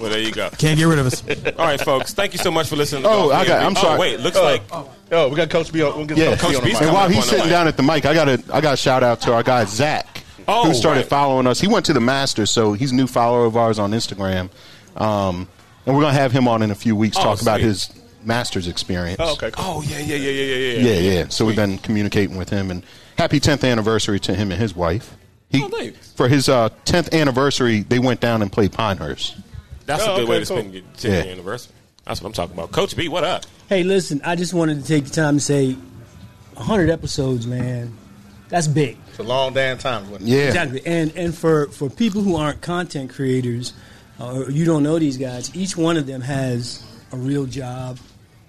S2: Well, there you go.
S5: Can't get rid of us.
S2: All right, folks. Thank you so much for listening. To
S4: Oh,
S2: Golf
S4: I got-
S2: Daily.
S4: I'm
S2: Oh,
S4: sorry.
S2: wait, looks
S3: Oh,
S2: like
S3: oh, we got Coach B. On, we'll get
S4: Yeah.
S3: Coach,
S2: Coach
S3: B.
S2: B's
S3: on the
S4: And
S3: mic.
S4: while
S2: up
S4: he's
S2: on the
S4: sitting
S2: mic.
S4: down at the mic, I got to I got a shout out to our guy Zach,
S2: Oh,
S4: who started
S2: right.
S4: following us. He went to the Masters, so he's a new follower of ours on Instagram. Um, and we're gonna have him on in a few weeks
S2: Oh,
S4: talk about
S2: sweet.
S4: his Masters experience.
S3: Oh, okay. Cool.
S2: Oh yeah, yeah, yeah, yeah, yeah,
S4: Yeah, yeah. So we've been communicating with him, and happy 10th anniversary to him and his wife. He,
S2: Oh, nice.
S4: For his uh, 10th anniversary, they went down and played Pinehurst.
S2: That's
S3: Oh,
S2: a good
S3: okay,
S2: way to
S3: cool.
S2: spend your 10 year
S4: Yeah.
S2: anniversary. That's what I'm talking about. Coach B, what up?
S7: Hey, listen, I just wanted to take the time to say 100 episodes, man. That's big.
S3: It's a long damn time. wasn't it?
S4: Yeah.
S7: Exactly. And and for, for people who aren't content creators uh, or you don't know these guys, each one of them has a real job.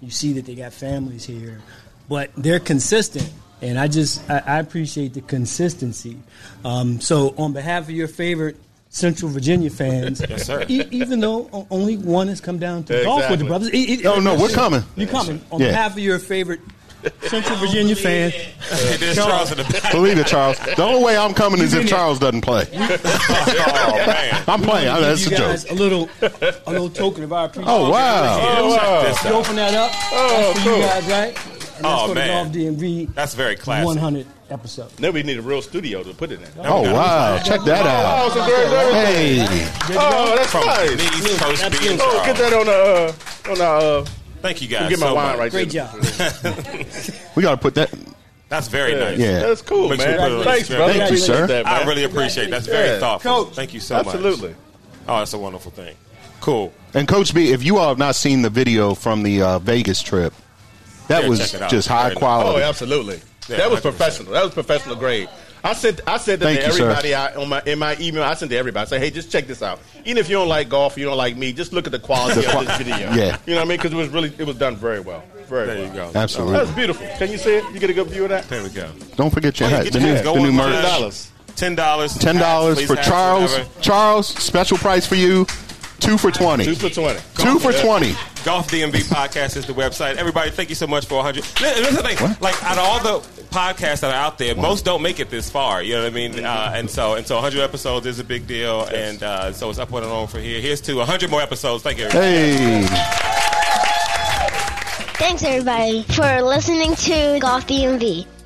S7: You see that they got families here, but they're consistent. And I just I, I appreciate the consistency. Um, so on behalf of your favorite Central Virginia fans,
S2: Yes, sir.
S7: e- even though o- only one has come down to golf with the
S3: Exactly.
S7: brothers, it- it-
S4: Oh, no, we're coming.
S7: You coming on
S4: Yeah.
S7: behalf of your favorite Central Virginia fan?
S2: There's Charles in the back.
S4: Believe it, Charles. The only way I'm coming is if Charles doesn't play.
S2: Oh, man.
S4: I'm playing. I- that's
S7: you
S4: a joke.
S7: guys a little, a little token of our appreciation.
S4: Oh, wow.
S2: Yeah, check this
S7: You
S2: out.
S7: open that up.
S3: Oh,
S7: that's for
S3: cool.
S7: you guys, right? And that's
S2: Oh,
S7: for
S2: man.
S7: the Golf DMV.
S2: That's very classic.
S7: 100 episode.
S3: Now we need a real studio to put it in.
S4: Oh, wow. Check that
S3: Oh,
S4: out.
S3: it's a very, very-
S4: Hey.
S3: oh, that's nice.
S2: The East Coast
S7: That's
S2: B and
S7: good.
S3: Oh, get
S2: Charles.
S3: that on the uh, on the. Uh,
S2: Thank you
S3: we'll
S2: guys
S3: get my
S2: so
S3: wine
S2: much.
S3: right
S7: Great
S3: there.
S7: job.
S4: We got to put that.
S2: That's very nice.
S4: Yeah.
S3: That's cool,
S2: Make sure
S3: man.
S2: we put it on
S3: Thanks,
S2: Instagram.
S3: brother.
S4: Thank you, sir.
S3: Appreciate that,
S2: I
S3: man.
S2: really appreciate it. That's very
S3: Yeah.
S2: thoughtful.
S3: Coach.
S2: Thank you so much.
S3: Absolutely.
S2: Oh, that's a wonderful thing. Cool.
S4: And Coach B, if you all have not seen the video from the uh, Vegas trip, that
S2: Yeah,
S4: was
S2: check it out.
S4: just high
S2: Very nice.
S4: quality.
S3: Oh, absolutely.
S2: Yeah,
S3: that was
S2: 100%.
S3: professional. That was professional grade. I sent I sent that
S4: Thank
S3: to
S4: you, sir.
S3: everybody I, on my in my email. I sent to everybody. I said, hey, just check this out. Even if you don't like golf, you don't like me. Just look at the quality of this video.
S4: yeah.
S3: you know what I mean? Because it was really it was done very well. Very
S2: There
S3: well.
S2: you go.
S4: Absolutely.
S3: That was beautiful. Can you see it? You get a good view of that.
S2: There we go.
S4: Don't forget your
S2: Oh, yeah,
S4: hat.
S2: get
S4: The
S2: your
S4: new,
S2: hats. Go
S4: the new
S2: online.
S4: merch.
S3: $10.
S2: Ten dollars.
S4: Ten dollars for Charles. Charles, special price for you. Two for twenty.
S3: Two for twenty.
S4: Two for twenty.
S2: Golf DMV podcast is the website. Everybody, thank you so much for 100. Li- Listen, the thing,
S4: What?
S2: like out of all the podcasts that are out there, most don't make it this far. You know what I mean? Uh, and so, and so, 100 episodes is a big deal. And uh, so, it's upward and on for here. Here's to 100 more episodes. Thank you. everybody.
S4: Hey.
S8: Thanks, everybody, for listening to Golf DMV.